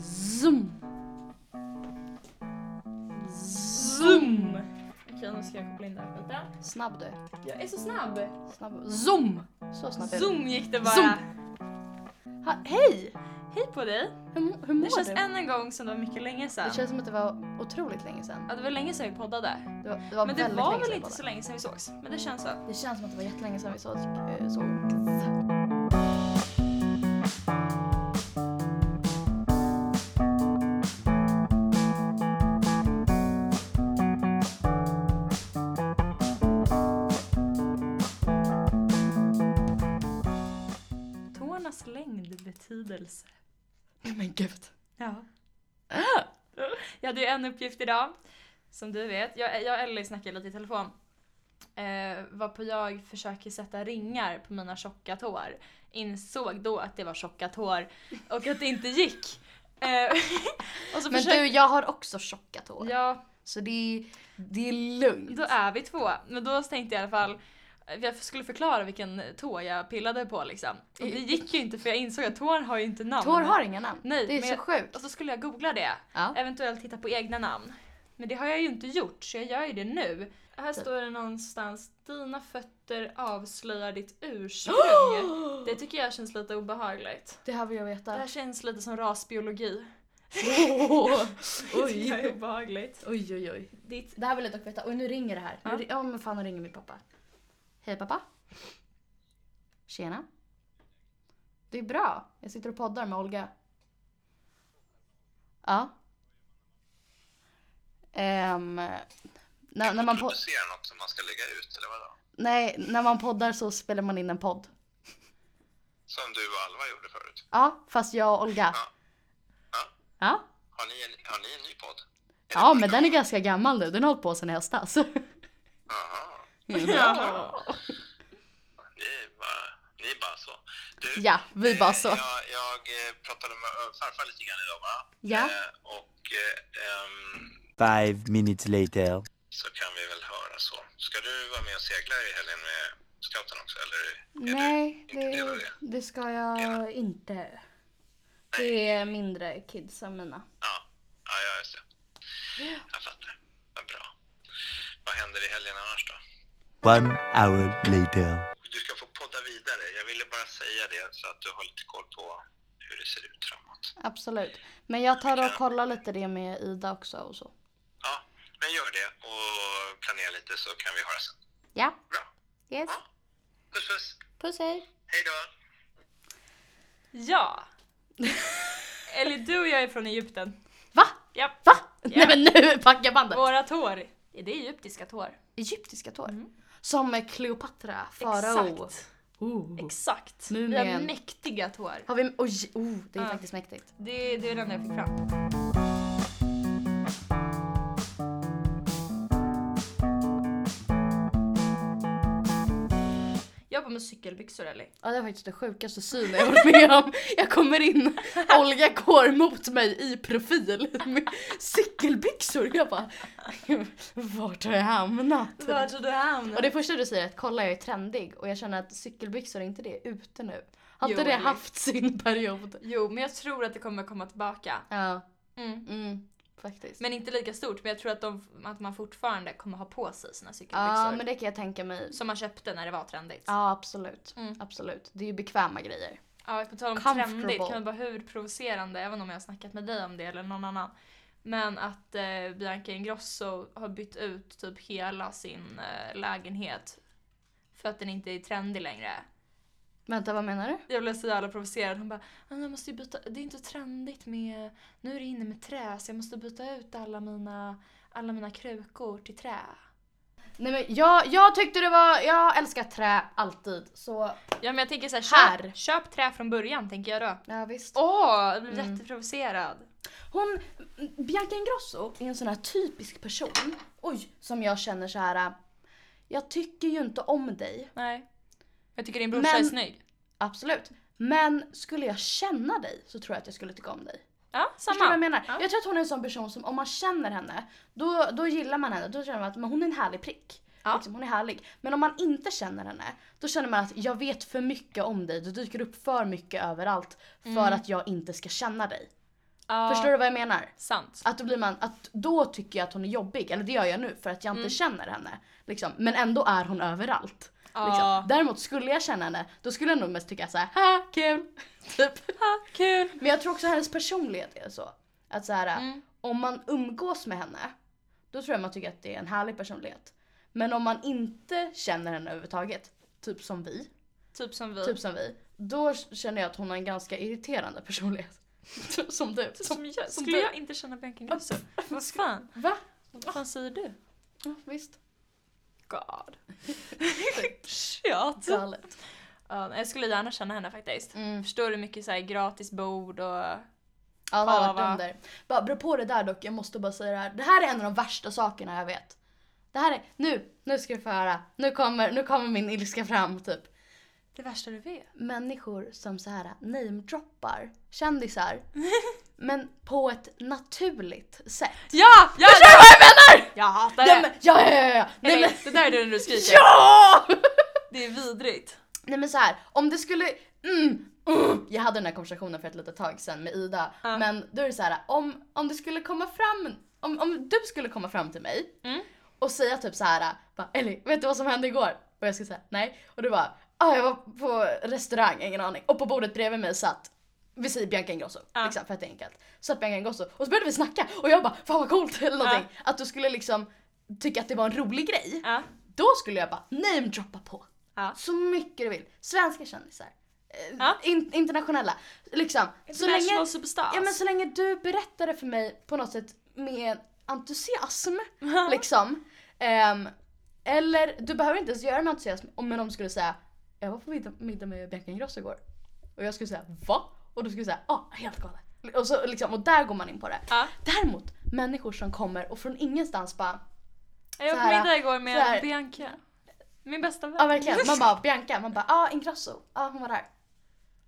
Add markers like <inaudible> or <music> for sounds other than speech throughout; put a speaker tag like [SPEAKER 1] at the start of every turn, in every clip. [SPEAKER 1] Zoom.
[SPEAKER 2] Zoom! Okej, nu ska jag koppla in där. Vänta.
[SPEAKER 1] Snabb du.
[SPEAKER 2] Jag är så snabb!
[SPEAKER 1] Snabb. Zoom. Så snabb är du.
[SPEAKER 2] Zoom gick det bara.
[SPEAKER 1] Zoom. Ha, hej!
[SPEAKER 2] Hej på dig!
[SPEAKER 1] Hur, mo- hur mår
[SPEAKER 2] Det känns
[SPEAKER 1] du?
[SPEAKER 2] än en gång som det var mycket länge sedan.
[SPEAKER 1] Det känns som att det var otroligt länge sedan.
[SPEAKER 2] Ja, det var länge sedan vi poddade.
[SPEAKER 1] Det var, det var
[SPEAKER 2] Men det
[SPEAKER 1] väldigt
[SPEAKER 2] var
[SPEAKER 1] länge
[SPEAKER 2] väl
[SPEAKER 1] sedan
[SPEAKER 2] inte
[SPEAKER 1] båda.
[SPEAKER 2] så länge sedan vi sågs. Men det känns så.
[SPEAKER 1] Det känns som att det var jättelänge sedan vi såg, eh, såg.
[SPEAKER 2] Tårnas längd betydelse.
[SPEAKER 1] Men gud.
[SPEAKER 2] Ja. <laughs> Jag hade ju en uppgift idag. Som du vet. Jag, jag och Ellie snackade lite i telefon. Eh, varpå jag försöker sätta ringar på mina tjocka tår. Insåg då att det var tjocka tår och att det inte gick. Eh, <laughs> och så
[SPEAKER 1] Men
[SPEAKER 2] försökte-
[SPEAKER 1] du, jag har också tjocka tår.
[SPEAKER 2] Ja,
[SPEAKER 1] Så det är, det är lugnt.
[SPEAKER 2] Då är vi två. Men då tänkte jag i alla fall jag skulle förklara vilken tå jag pillade på liksom. Och det gick ju inte för jag insåg att tår har ju inte namn.
[SPEAKER 1] Eh, Tår har inga namn.
[SPEAKER 2] Nej,
[SPEAKER 1] det är
[SPEAKER 2] men
[SPEAKER 1] så
[SPEAKER 2] jag-
[SPEAKER 1] sjukt.
[SPEAKER 2] Och så skulle jag googla det.
[SPEAKER 1] Ja.
[SPEAKER 2] Eventuellt hitta på egna namn. Men det har jag ju inte gjort så jag gör ju det nu. Här
[SPEAKER 1] Typ.
[SPEAKER 2] står det någonstans, dina fötter avslöjar ditt ursprung.
[SPEAKER 1] <gasps>
[SPEAKER 2] Det tycker jag känns lite obehagligt.
[SPEAKER 1] Det här vill jag
[SPEAKER 2] Det <laughs> här
[SPEAKER 1] veta.
[SPEAKER 2] känns lite som rasbiologi. <laughs>
[SPEAKER 1] Åh,
[SPEAKER 2] Det tycker jag är
[SPEAKER 1] oj.
[SPEAKER 2] obehagligt.
[SPEAKER 1] oj, oj, oj.
[SPEAKER 2] Ditt...
[SPEAKER 1] Det här vill jag dock veta. Och nu ringer det här.
[SPEAKER 2] Ja.
[SPEAKER 1] Nu, ri- ja men fan, nu ringer min pappa. Hej pappa. Tjena. Det är bra. Jag sitter och poddar med Olga. Ja. Ehm, när, när man po-
[SPEAKER 3] producera något som man ska lägga ut eller vadå?
[SPEAKER 1] nej, när man poddar så spelar man in en podd.
[SPEAKER 3] Som du och Alva gjorde förut.
[SPEAKER 1] Ja, fast jag och Olga.
[SPEAKER 3] Ja.
[SPEAKER 1] Ja.
[SPEAKER 3] Har ni en, har ni en ny podd?
[SPEAKER 1] Ja, men den är ganska gammal nu. Den har hållit på sedan i höstas. <laughs>
[SPEAKER 3] Jaha,
[SPEAKER 2] <laughs> Ja.
[SPEAKER 3] ni är bara, ni är bara så. Du,
[SPEAKER 1] Ja, vi bara så.
[SPEAKER 3] eh, Jag, jag eh, pratade med eh, farfar lite grann idag va?
[SPEAKER 1] Ja.
[SPEAKER 3] Eh, Och eh, ehm,
[SPEAKER 4] Five minutes later.
[SPEAKER 3] så kan vi väl höra så. Ska du vara med och segla i helgen med scouten också eller? är
[SPEAKER 1] Nej,
[SPEAKER 3] du inte del av
[SPEAKER 1] det,
[SPEAKER 3] det?
[SPEAKER 1] det ska jag inte. Det är mindre kids än mina.
[SPEAKER 3] Ja, ja, ja just det. Jag fattar. Vad bra. Vad händer i helgen annars då?
[SPEAKER 4] One hour later.
[SPEAKER 3] Du ska få podda vidare. Jag ville bara säga det så att du har lite koll på hur det ser ut framåt.
[SPEAKER 1] Absolut. Men jag tar och kollar lite det med Ida också och så.
[SPEAKER 3] Ja, men gör det och planera lite så kan vi höra sen.
[SPEAKER 1] Ja.
[SPEAKER 3] Bra.
[SPEAKER 1] Yes.
[SPEAKER 3] Ja. Puss puss.
[SPEAKER 1] Puss hej.
[SPEAKER 3] Hej då.
[SPEAKER 2] ja. Eller du och jag är från Egypten.
[SPEAKER 1] Va?
[SPEAKER 2] Japp.
[SPEAKER 1] Va?
[SPEAKER 2] Ja.
[SPEAKER 1] Nej men nu packar bandet.
[SPEAKER 2] Våra tår. Är det egyptiska tår?
[SPEAKER 1] Egyptiska tår. Som Kleopatra, farao.
[SPEAKER 2] Exakt.
[SPEAKER 1] Oh.
[SPEAKER 2] Exakt. Vi har
[SPEAKER 1] Mumien.
[SPEAKER 2] mäktiga tår.
[SPEAKER 1] Har vi... Oj, oh, det är
[SPEAKER 2] Ja.
[SPEAKER 1] faktiskt mäktigt.
[SPEAKER 2] Det, det är den jag fick fram. Jag har på mig cykelbyxor eller?
[SPEAKER 1] Ja det var faktiskt det sjukaste syn jag varit med om. Jag kommer in, Olga går mot mig i profil med cykelbyxor. Jag bara, vart har jag hamnat?
[SPEAKER 2] Vart har du hamnat?
[SPEAKER 1] Och det första du säger är att kolla jag är trendig och jag känner att cykelbyxor är inte det ute nu. Har inte
[SPEAKER 2] Jo,
[SPEAKER 1] det
[SPEAKER 2] eller-
[SPEAKER 1] haft sin period?
[SPEAKER 2] Jo, men jag tror att det kommer komma tillbaka.
[SPEAKER 1] Ja,
[SPEAKER 2] Mm.
[SPEAKER 1] mm, faktiskt.
[SPEAKER 2] Men inte lika stort, men jag tror att, de, att man fortfarande kommer ha på sig sina cykelbyxor.
[SPEAKER 1] Ja men det kan jag tänka mig.
[SPEAKER 2] Som man köpte när det var trendigt.
[SPEAKER 1] Ja absolut,
[SPEAKER 2] Mm.
[SPEAKER 1] absolut. Det är ju bekväma grejer.
[SPEAKER 2] Ja, på tal om
[SPEAKER 1] Comfortable.
[SPEAKER 2] trendigt, kan jag bara hur provocerande, även om jag har snackat med dig om det eller någon annan. Men att eh, Bianca Ingrosso har bytt ut typ hela sin eh, lägenhet för att den inte är trendig längre.
[SPEAKER 1] Vänta vad menar du?
[SPEAKER 2] Jag blev så jävla provocerad. Hon bara, "Ah, jag måste ju byta, det är inte trendigt med, nu är det inne med trä så jag måste byta ut alla mina, alla mina krukor till trä.
[SPEAKER 1] Nej men jag, jag tyckte det var, jag älskar trä alltid så
[SPEAKER 2] Ja men jag tänker så här,
[SPEAKER 1] Här.
[SPEAKER 2] köp, köp trä från början tänker jag då. Mm.
[SPEAKER 1] ja visst.
[SPEAKER 2] Åh, jag blev jätteprovocerad.
[SPEAKER 1] Hon, Bianca Ingrosso är en sån här typisk person, oj, som jag känner så här. Jag tycker ju inte om dig,
[SPEAKER 2] Nej. Jag tycker din brorsa
[SPEAKER 1] Men-
[SPEAKER 2] är snygg.
[SPEAKER 1] absolut. Men skulle jag känna dig så tror jag att jag skulle tycka om dig.
[SPEAKER 2] Ja, samma.
[SPEAKER 1] Förstår du vad jag menar?
[SPEAKER 2] Ja.
[SPEAKER 1] Jag tror att hon är en sån person som om man känner henne, då, då gillar man henne. Då känner man att men hon är en härlig prick.
[SPEAKER 2] Ja.
[SPEAKER 1] Liksom, hon är härlig. Men om man inte känner henne, då känner man att jag vet för mycket om dig. Du dyker upp för mycket överallt för att jag inte ska känna dig.
[SPEAKER 2] Mm. Ja,
[SPEAKER 1] Förstår du vad jag menar?
[SPEAKER 2] Sant.
[SPEAKER 1] Att då blir man, att då tycker jag att hon är jobbig, eller det gör jag nu för att jag
[SPEAKER 2] Mm.
[SPEAKER 1] inte känner henne. Liksom. Men ändå är hon överallt.
[SPEAKER 2] Ja.
[SPEAKER 1] Liksom. Däremot skulle jag känna henne, då skulle jag nog mest tycka såhär, ha kul! <laughs> Typ.
[SPEAKER 2] Ah, kul!
[SPEAKER 1] Men jag tror också hennes personlighet är så. Att såhär,
[SPEAKER 2] Mm.
[SPEAKER 1] om man umgås med henne, då tror jag man tycker att det är en härlig personlighet. Men om man inte känner henne överhuvudtaget, typ som vi,
[SPEAKER 2] Typ som vi.
[SPEAKER 1] typ som vi, då känner jag att hon har en ganska irriterande personlighet. <laughs> som du.
[SPEAKER 2] Typ som jag.
[SPEAKER 1] som
[SPEAKER 2] Skulle
[SPEAKER 1] du.
[SPEAKER 2] jag inte känna Bianca Ingrosso? Vad fan?
[SPEAKER 1] Va?
[SPEAKER 2] Vad fan säger du?
[SPEAKER 1] Ja, visst.
[SPEAKER 2] <laughs> God. Shit.
[SPEAKER 1] Galet.
[SPEAKER 2] typ. Ja, jag skulle gärna känna henne faktiskt.
[SPEAKER 1] Mm.
[SPEAKER 2] Förstår du mycket så här gratis bord och...
[SPEAKER 1] Ja, det har
[SPEAKER 2] Kava.
[SPEAKER 1] varit under. Bara, apropå det där dock, jag måste bara säga det här. Det här är en av de värsta sakerna jag vet. Det här är, nu, nu ska du få höra. Nu kommer, nu kommer min ilska fram typ.
[SPEAKER 2] Det värsta du vet.
[SPEAKER 1] Människor som så här namedroppar
[SPEAKER 2] <laughs>
[SPEAKER 1] kändisar. men på ett naturligt sätt.
[SPEAKER 2] Ja! ja Förstår du vad jag menar? Jag hatar
[SPEAKER 1] Nej
[SPEAKER 2] det!
[SPEAKER 1] men, ja ja ja ja!
[SPEAKER 2] Nej,
[SPEAKER 1] Nej men,
[SPEAKER 2] Det där är den du skriker.
[SPEAKER 1] <laughs> ja!
[SPEAKER 2] Det är vidrigt.
[SPEAKER 1] Nej men så här, om det skulle, mm, mm. Jag hade den här konversationen för ett litet tag sedan med Ida.
[SPEAKER 2] Ja.
[SPEAKER 1] Men då är det så här, om, om det skulle komma fram, om, om du skulle komma fram till mig
[SPEAKER 2] Mm.
[SPEAKER 1] och säga typ så här, bara, Ellie vet du vad som hände igår? Och jag skulle säga nej. Och du bara, ah, jag var på restaurang, ingen aning. Och på bordet bredvid mig satt vi säger Bianca Ingrosso,
[SPEAKER 2] Ja.
[SPEAKER 1] liksom, för att det är enkelt. Satt Bianca Ingrosso och så började vi snacka och jag bara fan vad coolt <laughs> eller någonting. Att du skulle liksom tycka att det var en rolig grej.
[SPEAKER 2] Ja.
[SPEAKER 1] Då skulle jag bara namedroppa på.
[SPEAKER 2] Ja.
[SPEAKER 1] Så mycket du vill. Svenska kändisar. Eh,
[SPEAKER 2] Ja.
[SPEAKER 1] In, internationella. Liksom. Så länge,
[SPEAKER 2] International superstars.
[SPEAKER 1] ja, men så länge du berättar det för mig på något sätt med entusiasm. liksom. Ehm, eller du behöver inte ens göra det med entusiasm. Om men om du skulle säga jag var på middag, middag med Bianca Ingrosso igår. Och jag skulle säga va? Och du skulle säga ja, ah, helt galet. Och, så, liksom, och där går man in på det.
[SPEAKER 2] <laughs> Ja.
[SPEAKER 1] Däremot människor som kommer och från ingenstans bara
[SPEAKER 2] Jag var på
[SPEAKER 1] såhär,
[SPEAKER 2] middag igår med
[SPEAKER 1] såhär.
[SPEAKER 2] Bianca. Min bästa vän.
[SPEAKER 1] Ja verkligen, man bara Bianca, man bara ja ah, Ingrosso, ja ah, hon var där.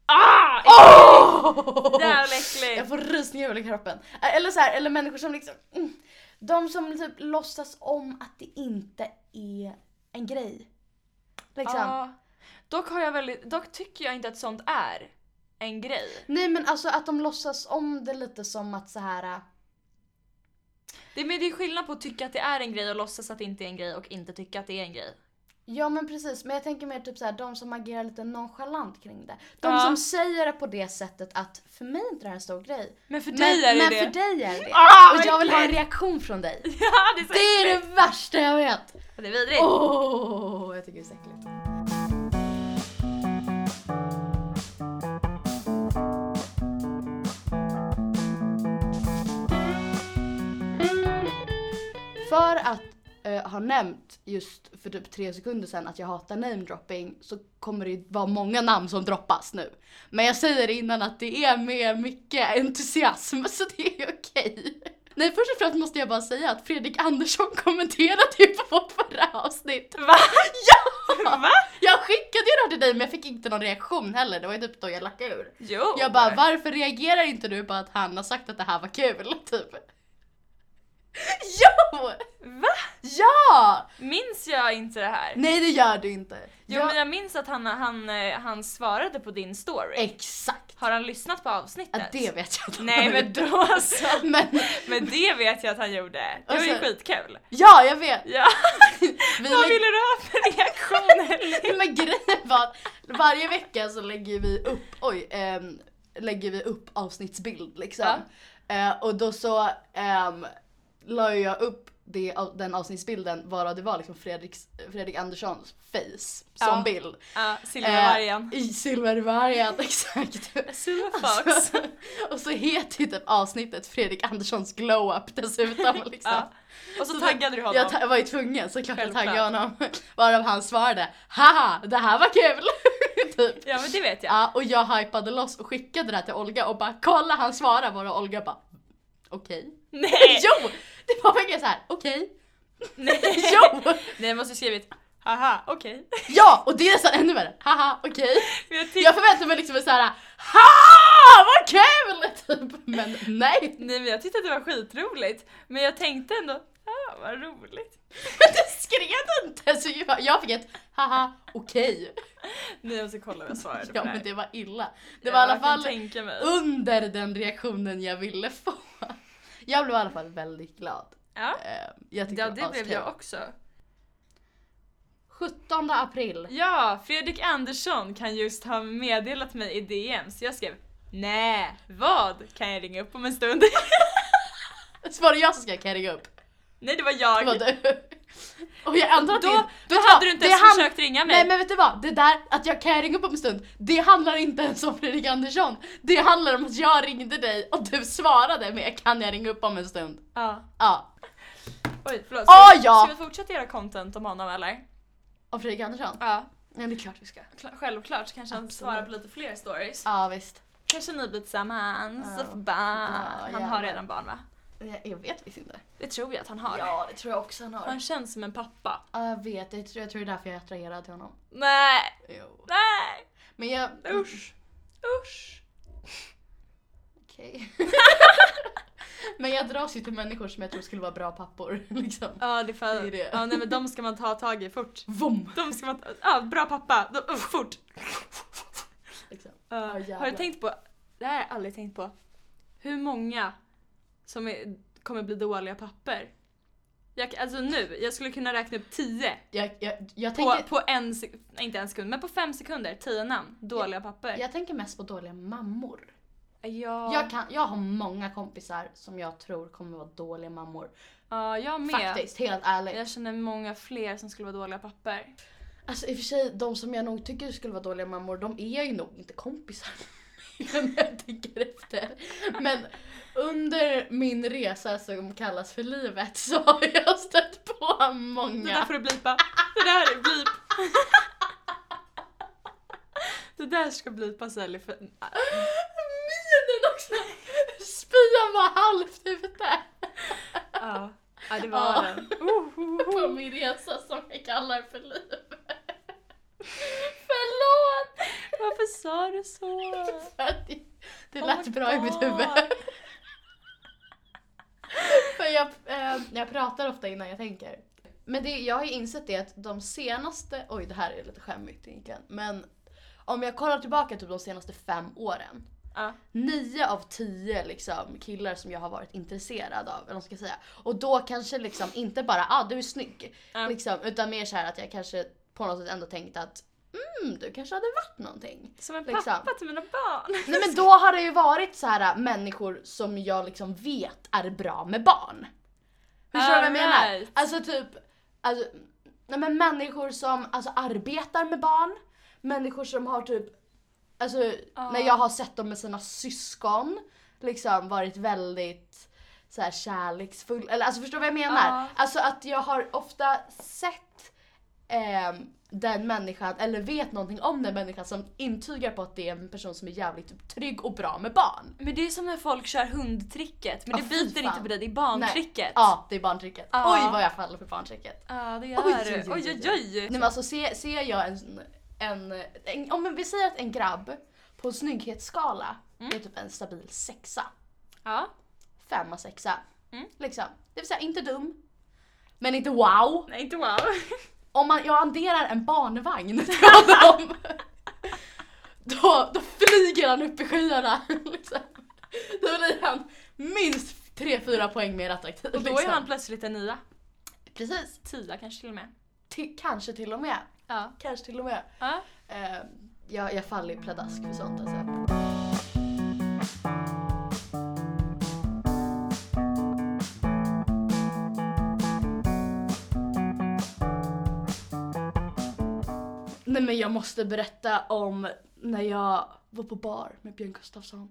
[SPEAKER 2] Ah!
[SPEAKER 1] Oh!
[SPEAKER 2] Jävla äckligt.
[SPEAKER 1] Jag får rysningar över hela kroppen. Eh, Eller så här, eller människor som liksom, mm, de som typ låtsas om att det inte är en grej. Liksom.
[SPEAKER 2] Ja. Ah. Dock, har jag väldigt, dock tycker jag inte att sånt är en grej.
[SPEAKER 1] Nej men alltså att de låtsas om det lite som att så här. eh,
[SPEAKER 2] Det, men det är skillnad på att tycka att det är en grej och låtsas att det inte är en grej och inte tycka att det är en grej.
[SPEAKER 1] Ja men precis, men jag tänker mer typ så här, de som agerar lite nonchalant kring det. De
[SPEAKER 2] Ja.
[SPEAKER 1] som säger det på det sättet att för mig är inte det här en stor grej.
[SPEAKER 2] Men för
[SPEAKER 1] Men,
[SPEAKER 2] dig är det
[SPEAKER 1] men
[SPEAKER 2] det.
[SPEAKER 1] för dig är det det.
[SPEAKER 2] Ah,
[SPEAKER 1] Och jag vill ha en
[SPEAKER 2] verkligen.
[SPEAKER 1] reaktion från dig.
[SPEAKER 2] <laughs> Ja, det är så
[SPEAKER 1] Det är det
[SPEAKER 2] äckligt.
[SPEAKER 1] värsta jag vet!
[SPEAKER 2] Det är vidrigt.
[SPEAKER 1] Åh, jag tycker det är så äckligt. För att eh, ha nämnt just för typ tre sekunder sedan att jag hatar namedropping så kommer det ju vara många namn som droppas nu. Men jag säger innan att det är med mycket entusiasm så det är okej. Nej först och främst måste jag bara säga att Fredrik Andersson kommenterade ju på vårt förra avsnitt.
[SPEAKER 2] Va?
[SPEAKER 1] <laughs> Ja!
[SPEAKER 2] Va?
[SPEAKER 1] Jag skickade ju det här till dig men jag fick inte någon reaktion heller, det var ju typ då jag lackade ur.
[SPEAKER 2] Jo.
[SPEAKER 1] Jag bara varför reagerar inte du på att han har sagt att det här var kul? <laughs> Typ. Jo!
[SPEAKER 2] Va?
[SPEAKER 1] Ja!
[SPEAKER 2] Minns jag inte det här?
[SPEAKER 1] Nej det gör du inte.
[SPEAKER 2] Jo
[SPEAKER 1] Jag-
[SPEAKER 2] men jag minns att han, han, eh, han svarade på din story.
[SPEAKER 1] Exakt.
[SPEAKER 2] Har han lyssnat på
[SPEAKER 1] Ja,
[SPEAKER 2] avsnittet?
[SPEAKER 1] det vet jag inte.
[SPEAKER 2] Nej men då
[SPEAKER 1] <laughs>
[SPEAKER 2] alltså.
[SPEAKER 1] Men
[SPEAKER 2] Men det vet jag att han gjorde. Det var ju
[SPEAKER 1] Alltså-
[SPEAKER 2] skitkul.
[SPEAKER 1] ja, jag vet.
[SPEAKER 2] Ja.
[SPEAKER 1] Vi
[SPEAKER 2] <laughs> Vad
[SPEAKER 1] lägger-
[SPEAKER 2] ville du ha för reaktioner?
[SPEAKER 5] <laughs>
[SPEAKER 1] Men grejen var att varje vecka så lägger vi upp, oj, ehm, lägger vi upp avsnittsbild liksom. Eh, och då så um, la ju jag upp det, den avsnittsbilden varav det var liksom Fredriks, Fredrik Anderssons face som
[SPEAKER 2] Ja.
[SPEAKER 1] bild.
[SPEAKER 2] Ja, Silvervargen.
[SPEAKER 1] Eh, I silvervargen, <laughs> exakt.
[SPEAKER 2] Silverfox.
[SPEAKER 1] Så- och så heter ju typ avsnittet Fredrik Anderssons glow-up dessutom liksom.
[SPEAKER 2] Ja. Och så
[SPEAKER 1] Så
[SPEAKER 2] taggade du honom.
[SPEAKER 1] Jag ta- var ju tvungen såklart att tagga
[SPEAKER 2] Självklart.
[SPEAKER 1] honom. Varav han svarade Haha, det här var kul! <laughs> typ.
[SPEAKER 2] Ja men det vet jag.
[SPEAKER 1] Ja, och jag hypade loss och skickade det här till Olga och bara kolla han svarar bara och Olga bara okej.
[SPEAKER 2] Nej!
[SPEAKER 1] Jo! Det var verkligen såhär okej.
[SPEAKER 2] <laughs> Nej!
[SPEAKER 1] Jo!
[SPEAKER 2] Nej jag måste ju skrivit haha okej.
[SPEAKER 1] Ja! Och det är nästan ännu värre. Haha okej.
[SPEAKER 2] Men jag tyck-
[SPEAKER 1] Jag förväntade mig liksom en såhär ha vad kul! <laughs> Typ. Men nej. <laughs>
[SPEAKER 2] Nej men jag tyckte att det var skitroligt. Men jag tänkte ändå Ja, vad roligt.
[SPEAKER 5] Men du skrev inte! Så jag, jag fick ett haha okej.
[SPEAKER 2] Nu måste kolla vad jag svarade
[SPEAKER 5] Ja
[SPEAKER 2] på
[SPEAKER 5] men
[SPEAKER 2] det,
[SPEAKER 5] det
[SPEAKER 2] här.
[SPEAKER 5] var illa. Det var i alla
[SPEAKER 2] jag kan
[SPEAKER 5] fall
[SPEAKER 2] tänka mig.
[SPEAKER 5] under den reaktionen jag ville få. Jag blev i alla fall väldigt glad.
[SPEAKER 2] Ja,
[SPEAKER 5] Eh, Jag tyckte
[SPEAKER 2] ja det blev
[SPEAKER 5] askul.
[SPEAKER 2] jag också.
[SPEAKER 5] 17 april.
[SPEAKER 2] Ja, Fredrik Andersson kan just ha meddelat mig i DM så jag skrev Nej, vad? Kan jag ringa upp om en stund? <laughs>
[SPEAKER 5] Så var det jag som ska carry upp.
[SPEAKER 2] Nej det var
[SPEAKER 5] Det
[SPEAKER 2] jag.
[SPEAKER 5] var du. Och jag antar att
[SPEAKER 2] Då-
[SPEAKER 5] det,
[SPEAKER 2] Då
[SPEAKER 5] det
[SPEAKER 2] hade du inte
[SPEAKER 5] det
[SPEAKER 2] ens
[SPEAKER 5] han-
[SPEAKER 2] försökt ringa mig.
[SPEAKER 5] Nej men vet du vad? Det där att jag kan ringa upp om en stund, det handlar inte ens om Fredrik Andersson. Det handlar om att jag ringde dig och du svarade med kan jag ringa upp om en stund.
[SPEAKER 2] Ja.
[SPEAKER 5] Ja.
[SPEAKER 2] Oj, förlåt. Ska,
[SPEAKER 5] Ah,
[SPEAKER 2] vi-
[SPEAKER 5] ja.
[SPEAKER 2] ska vi fortsätta göra content om honom eller?
[SPEAKER 5] Om Fredrik Andersson?
[SPEAKER 2] Ja.
[SPEAKER 5] Ja det är klart vi ska.
[SPEAKER 2] Kla- självklart så kanske han
[SPEAKER 5] Absolut.
[SPEAKER 2] svarar på lite fler stories.
[SPEAKER 5] Ja visst.
[SPEAKER 2] Kanske ni blir tillsammans
[SPEAKER 5] Ja.
[SPEAKER 2] och får barn.
[SPEAKER 5] Ja,
[SPEAKER 2] han
[SPEAKER 5] jävlar.
[SPEAKER 2] har redan barn va?
[SPEAKER 5] Jag, jag vet visst inte.
[SPEAKER 2] Det tror jag att han har.
[SPEAKER 5] det tror jag också han
[SPEAKER 2] Han känns som en pappa.
[SPEAKER 5] Ja jag vet, jag tror, jag tror det är därför jag är attraherad till honom.
[SPEAKER 2] Nej,
[SPEAKER 5] Jo.
[SPEAKER 2] nej,
[SPEAKER 5] Men jag...
[SPEAKER 2] usch, usch.
[SPEAKER 5] Okej. <laughs> men jag dras ju till människor som jag tror skulle vara bra pappor. <laughs> Liksom.
[SPEAKER 2] Ja det är för...
[SPEAKER 5] Det är det.
[SPEAKER 2] Ja nej men de ska man ta tag i fort.
[SPEAKER 5] Vom!
[SPEAKER 2] De ska man ta... Ja, bra pappa, de... uh, fort.
[SPEAKER 5] Liksom.
[SPEAKER 2] Ja,
[SPEAKER 5] jävlar.
[SPEAKER 2] har du tänkt på, det här har jag aldrig tänkt på, hur många som är, kommer bli dåliga papper? Jag, alltså nu, jag skulle kunna räkna upp tio
[SPEAKER 5] Jag, jag, jag,
[SPEAKER 2] på,
[SPEAKER 5] tänker,
[SPEAKER 2] på en, sek- nej, inte en sekund, men på fem sekunder, tio namn, dåliga papper.
[SPEAKER 5] jag tänker mest på dåliga mammor.
[SPEAKER 2] Ja,
[SPEAKER 5] Jag, kan, jag har många kompisar som jag tror kommer vara dåliga mammor.
[SPEAKER 2] ja, jag med.
[SPEAKER 5] Faktiskt, helt ärligt.
[SPEAKER 2] Jag känner många fler som skulle vara dåliga papper.
[SPEAKER 5] Alltså i och för sig, de som jag nog tycker skulle vara dåliga mammor, de är ju nog inte kompisar. <laughs> När jag tänker efter. Men under min resa som kallas för livet så har jag stött på
[SPEAKER 2] Det där
[SPEAKER 5] många.
[SPEAKER 2] får du blipa. Det där
[SPEAKER 5] <laughs>
[SPEAKER 2] är blip. Det där ska blipas Ellie för...
[SPEAKER 5] Minen också! Spyan var halvt ute
[SPEAKER 2] Ja, ja det
[SPEAKER 5] Ja.
[SPEAKER 2] var den. Oh, oh, oh.
[SPEAKER 5] på min resa som jag kallar för livet. Förlåt!
[SPEAKER 2] Varför sa du så?
[SPEAKER 5] För att det- det
[SPEAKER 2] Oh
[SPEAKER 5] lät
[SPEAKER 2] my
[SPEAKER 5] bra i mitt
[SPEAKER 2] God.
[SPEAKER 5] huvud. För jag, eh, jag pratar ofta innan jag tänker. Men det, jag har ju insett det att de senaste, oj det här är lite skämmigt egentligen, men om jag kollar tillbaka typ de senaste fem åren.
[SPEAKER 2] Ja.
[SPEAKER 5] Nio av tio liksom, killar som jag har varit intresserad av, eller vad man ska säga. Och då kanske liksom inte bara ah du är snygg,
[SPEAKER 2] Ja.
[SPEAKER 5] liksom, utan mer så här att jag kanske på något sätt ändå tänkt att mm, du kanske hade varit någonting.
[SPEAKER 2] Som en pappa
[SPEAKER 5] Liksom.
[SPEAKER 2] till mina barn.
[SPEAKER 5] Nej men då har det ju varit så här äh, människor som jag liksom vet är bra med barn. Förstår du vad jag menar?
[SPEAKER 2] Alright.
[SPEAKER 5] Alltså typ, alltså, nej men människor som alltså, arbetar med barn, människor som har typ, alltså
[SPEAKER 2] Ja.
[SPEAKER 5] när jag har sett dem med sina syskon, liksom varit väldigt så här kärleksfull, eller alltså förstår du vad jag menar?
[SPEAKER 2] Ja.
[SPEAKER 5] Alltså att jag har ofta sett ehm, den människan, eller vet någonting om den människan som intygar på att det är en person som är jävligt typ, trygg och bra med barn.
[SPEAKER 2] Men det är som när folk kör hundtricket, men
[SPEAKER 5] Ja,
[SPEAKER 2] det
[SPEAKER 5] fy
[SPEAKER 2] biter
[SPEAKER 5] fan.
[SPEAKER 2] inte på det, det är barntricket.
[SPEAKER 5] Ja, det är barntricket.
[SPEAKER 2] Ja.
[SPEAKER 5] Oj vad jag faller för barntricket.
[SPEAKER 2] Ja, det
[SPEAKER 5] Oj,
[SPEAKER 2] gör
[SPEAKER 5] oj,
[SPEAKER 2] du.
[SPEAKER 5] oj,
[SPEAKER 2] Oj, oj, oj.
[SPEAKER 5] Nej men alltså ser, ser jag en, en, en, om vi säger att en grabb på en snygghetsskala
[SPEAKER 2] Mm.
[SPEAKER 5] är typ en stabil sexa,
[SPEAKER 2] Ja.
[SPEAKER 5] femma, sexa.
[SPEAKER 2] Mm.
[SPEAKER 5] Liksom. Det vill säga inte dum, men inte wow.
[SPEAKER 2] Nej, inte wow.
[SPEAKER 5] om man, jag adderar en barnvagn <laughs> till honom då, då flyger han upp i skyarna. <laughs> Liksom. Då blir han minst 3-4 poäng mer attraktiv.
[SPEAKER 2] Och då är
[SPEAKER 5] liksom.
[SPEAKER 2] han plötsligt en nia.
[SPEAKER 5] Precis,
[SPEAKER 2] Tia kanske till och med.
[SPEAKER 5] Ti- kanske till och med.
[SPEAKER 2] Ja.
[SPEAKER 5] Kanske till och med.
[SPEAKER 2] ja.
[SPEAKER 5] Eh, jag, jag faller i pladask för sånt alltså. Nej men jag måste berätta om när jag var på bar med Björn Gustafsson.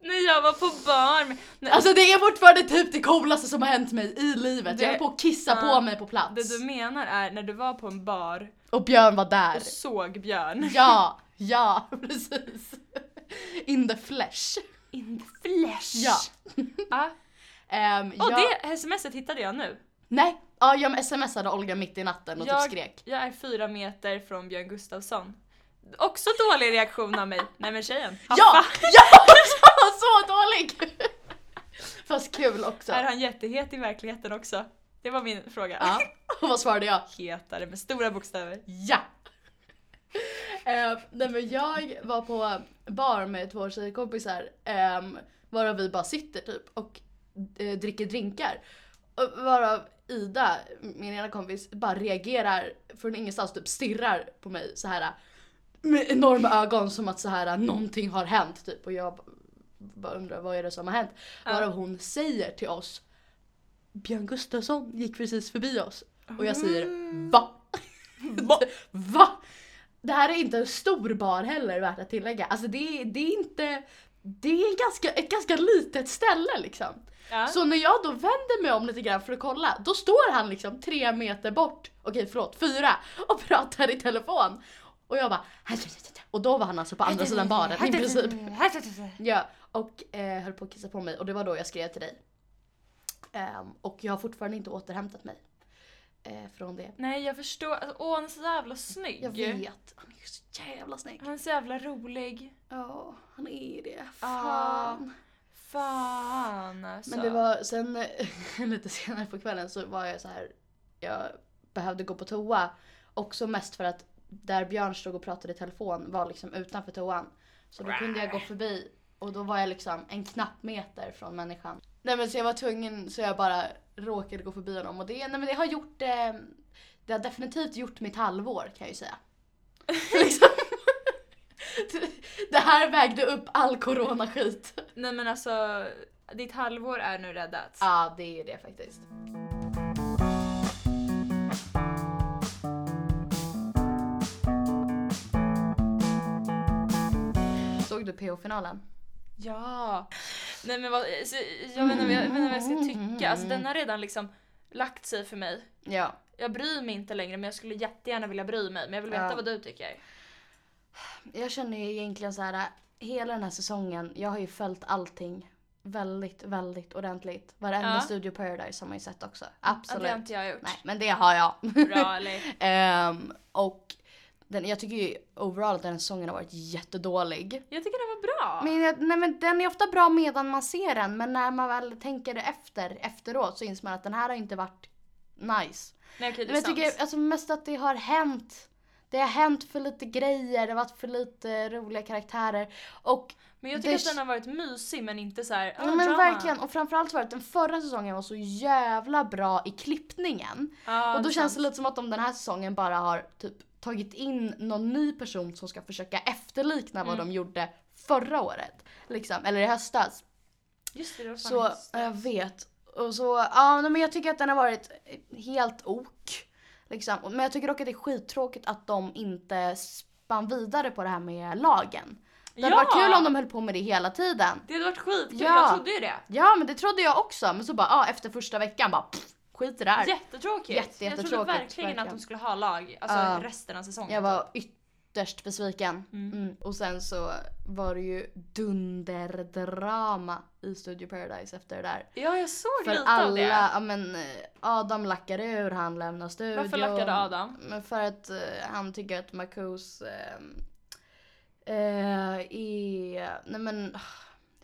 [SPEAKER 2] När jag var på barn. med- Nej,
[SPEAKER 5] Alltså det är fortfarande typ det coolaste som har hänt mig i livet.
[SPEAKER 2] Det-
[SPEAKER 5] Jag höll på att kissa
[SPEAKER 2] Ja.
[SPEAKER 5] på mig på plats.
[SPEAKER 2] Det du menar är när du var på en bar
[SPEAKER 5] Och Björn var där.
[SPEAKER 2] och såg björn.
[SPEAKER 5] Ja, ja <laughs> precis. In the flesh.
[SPEAKER 2] In the flesh!
[SPEAKER 5] Ja.
[SPEAKER 2] Ja.
[SPEAKER 5] Ehm,
[SPEAKER 2] Och
[SPEAKER 5] jag,
[SPEAKER 2] det smset hittade jag nu.
[SPEAKER 5] Nej, ja, jag smsade Olga mitt i natten och
[SPEAKER 2] Jag-
[SPEAKER 5] typ skrek.
[SPEAKER 2] Jag är fyra meter från Björn Gustafsson. Också dålig reaktion av mig. Nej men tjejen.
[SPEAKER 5] Ja! Ja! <laughs> Jag var
[SPEAKER 2] <laughs>
[SPEAKER 5] så dålig! Fast kul också.
[SPEAKER 2] Är han jättehet i verkligheten också? Det var min fråga.
[SPEAKER 5] Ja. Och vad svarade jag?
[SPEAKER 2] <laughs> Hetare med stora bokstäver.
[SPEAKER 5] Ja! Eh, nej men jag var på bar med två tjejkompisar um, varav vi bara sitter typ och eh, dricker drinkar. Och varav Ida, min ena kompis, bara reagerar från ingenstans, typ stirrar på mig så här med enorma ögon som att så här någonting har hänt typ och jag bara undrar vad är det som har hänt?
[SPEAKER 2] Ja.
[SPEAKER 5] Varav hon säger till oss Björn Gustafsson gick precis förbi oss och jag säger va? Va? <laughs> va? Det här är inte en stor bar heller värt att tillägga. Alltså det, är- det är inte, det är en ganska, ett ganska litet ställe liksom.
[SPEAKER 2] Ja.
[SPEAKER 5] Så när jag då vänder mig om lite grann för att kolla, då står han liksom tre meter bort, okej förlåt, fyra, och <laughs> pratar i telefon. Och jag bara, och då var han alltså på andra sidan baren i princip. Ja, och eh, höll på att kissa på mig och det var då jag skrev till dig. Ehm, och jag har fortfarande inte återhämtat mig eh, från det.
[SPEAKER 2] Nej jag förstår. Alltså, åh han är så jävla snygg.
[SPEAKER 5] Jag vet, han är ju så jävla snygg.
[SPEAKER 2] Han är så jävla rolig.
[SPEAKER 5] Ja, han är det. Fan.
[SPEAKER 2] Fan alltså.
[SPEAKER 5] Men det var sen <laughs> lite senare på kvällen så var jag så här. Jag behövde gå på toa. Också mest för att där Björn stod och pratade i telefon var liksom utanför toan. Så då kunde jag gå förbi och då var jag liksom en knapp meter från människan. Nej men så jag var tvungen så jag bara råkade gå förbi honom och det, nej men det har gjort eh, det har definitivt gjort mitt halvår kan jag ju <laughs> säga. liksom. Det här vägde upp all coronaskit.
[SPEAKER 2] Nej men alltså, ditt halvår är nu räddat.
[SPEAKER 5] Ja, det är det faktiskt. Såg du PH-finalen?
[SPEAKER 2] Ja. Nej men vad, så, jag, vet inte, vad jag, jag vet inte vad jag ska tycka. Alltså den har redan liksom lagt sig för mig.
[SPEAKER 5] Ja.
[SPEAKER 2] Jag bryr mig inte längre men jag skulle jättegärna vilja bry mig. Men jag vill veta
[SPEAKER 5] Ja.
[SPEAKER 2] vad du tycker.
[SPEAKER 5] Jag känner ju egentligen så här, hela den här säsongen, jag har ju följt allting väldigt, väldigt ordentligt. Varenda
[SPEAKER 2] Ja.
[SPEAKER 5] Studio Paradise har man ju sett också.
[SPEAKER 2] Ja,
[SPEAKER 5] Absolut.
[SPEAKER 2] Det har inte jag gjort.
[SPEAKER 5] Nej, men det har jag. <laughs>
[SPEAKER 2] Bra eller?
[SPEAKER 5] Ehm, och den, jag tycker ju overall att den här säsongen har varit jättedålig.
[SPEAKER 2] Jag tycker det var bra.
[SPEAKER 5] Men, jag- nej, men den är ofta bra medan man ser den men när man väl tänker efter efteråt så inser man att den här har inte varit nice.
[SPEAKER 2] Nej okej
[SPEAKER 5] Men
[SPEAKER 2] det är
[SPEAKER 5] jag
[SPEAKER 2] sant.
[SPEAKER 5] tycker alltså, mest att det har hänt. Det har hänt för lite grejer, det har varit för lite roliga karaktärer. Och
[SPEAKER 2] men jag tycker
[SPEAKER 5] det-
[SPEAKER 2] att den har varit mysig men inte så här. ah,
[SPEAKER 5] ja, men
[SPEAKER 2] drama.
[SPEAKER 5] verkligen, och framförallt var det att den förra säsongen var så jävla bra i klippningen.
[SPEAKER 2] Ja,
[SPEAKER 5] och då
[SPEAKER 2] är
[SPEAKER 5] känns det
[SPEAKER 2] sant.
[SPEAKER 5] lite som att de den här säsongen bara har typ tagit in någon ny person som ska försöka efterlikna vad de gjorde förra året. Liksom, eller i höstas.
[SPEAKER 2] Just det, det var fan
[SPEAKER 5] Så
[SPEAKER 2] hemskt.
[SPEAKER 5] ja, jag vet. Och så, ja nej, men jag tycker att den har varit helt ok. Liksom. Men jag tycker dock att det är skittråkigt att de inte spann vidare på det här med lagen. Det hade
[SPEAKER 2] Ja!
[SPEAKER 5] varit kul om de höll på med det hela tiden.
[SPEAKER 2] Det hade varit skitkul,
[SPEAKER 5] Ja.
[SPEAKER 2] jag trodde ju det.
[SPEAKER 5] Ja men det trodde jag också men så bara ja, efter första veckan bara pff, skit i det här.
[SPEAKER 2] Jättetråkigt.
[SPEAKER 5] Jätte-
[SPEAKER 2] jag trodde
[SPEAKER 5] jättetråkigt,
[SPEAKER 2] verkligen, att
[SPEAKER 5] verkligen.
[SPEAKER 2] de skulle ha lag alltså
[SPEAKER 5] Ja.
[SPEAKER 2] resten av säsongen.
[SPEAKER 5] Jag var ytterst besviken.
[SPEAKER 2] Mm.
[SPEAKER 5] Mm. Och sen så var det ju dunderdrama i Studio Paradise efter det där.
[SPEAKER 2] Ja, jag såg
[SPEAKER 5] För
[SPEAKER 2] lite av
[SPEAKER 5] alla,
[SPEAKER 2] det.
[SPEAKER 5] ja men eh, Adam lackar ur, han lämnar studion.
[SPEAKER 2] Varför lackade Adam?
[SPEAKER 5] Men för att eh, han tycker att Marcus eh, eh, är, nej men,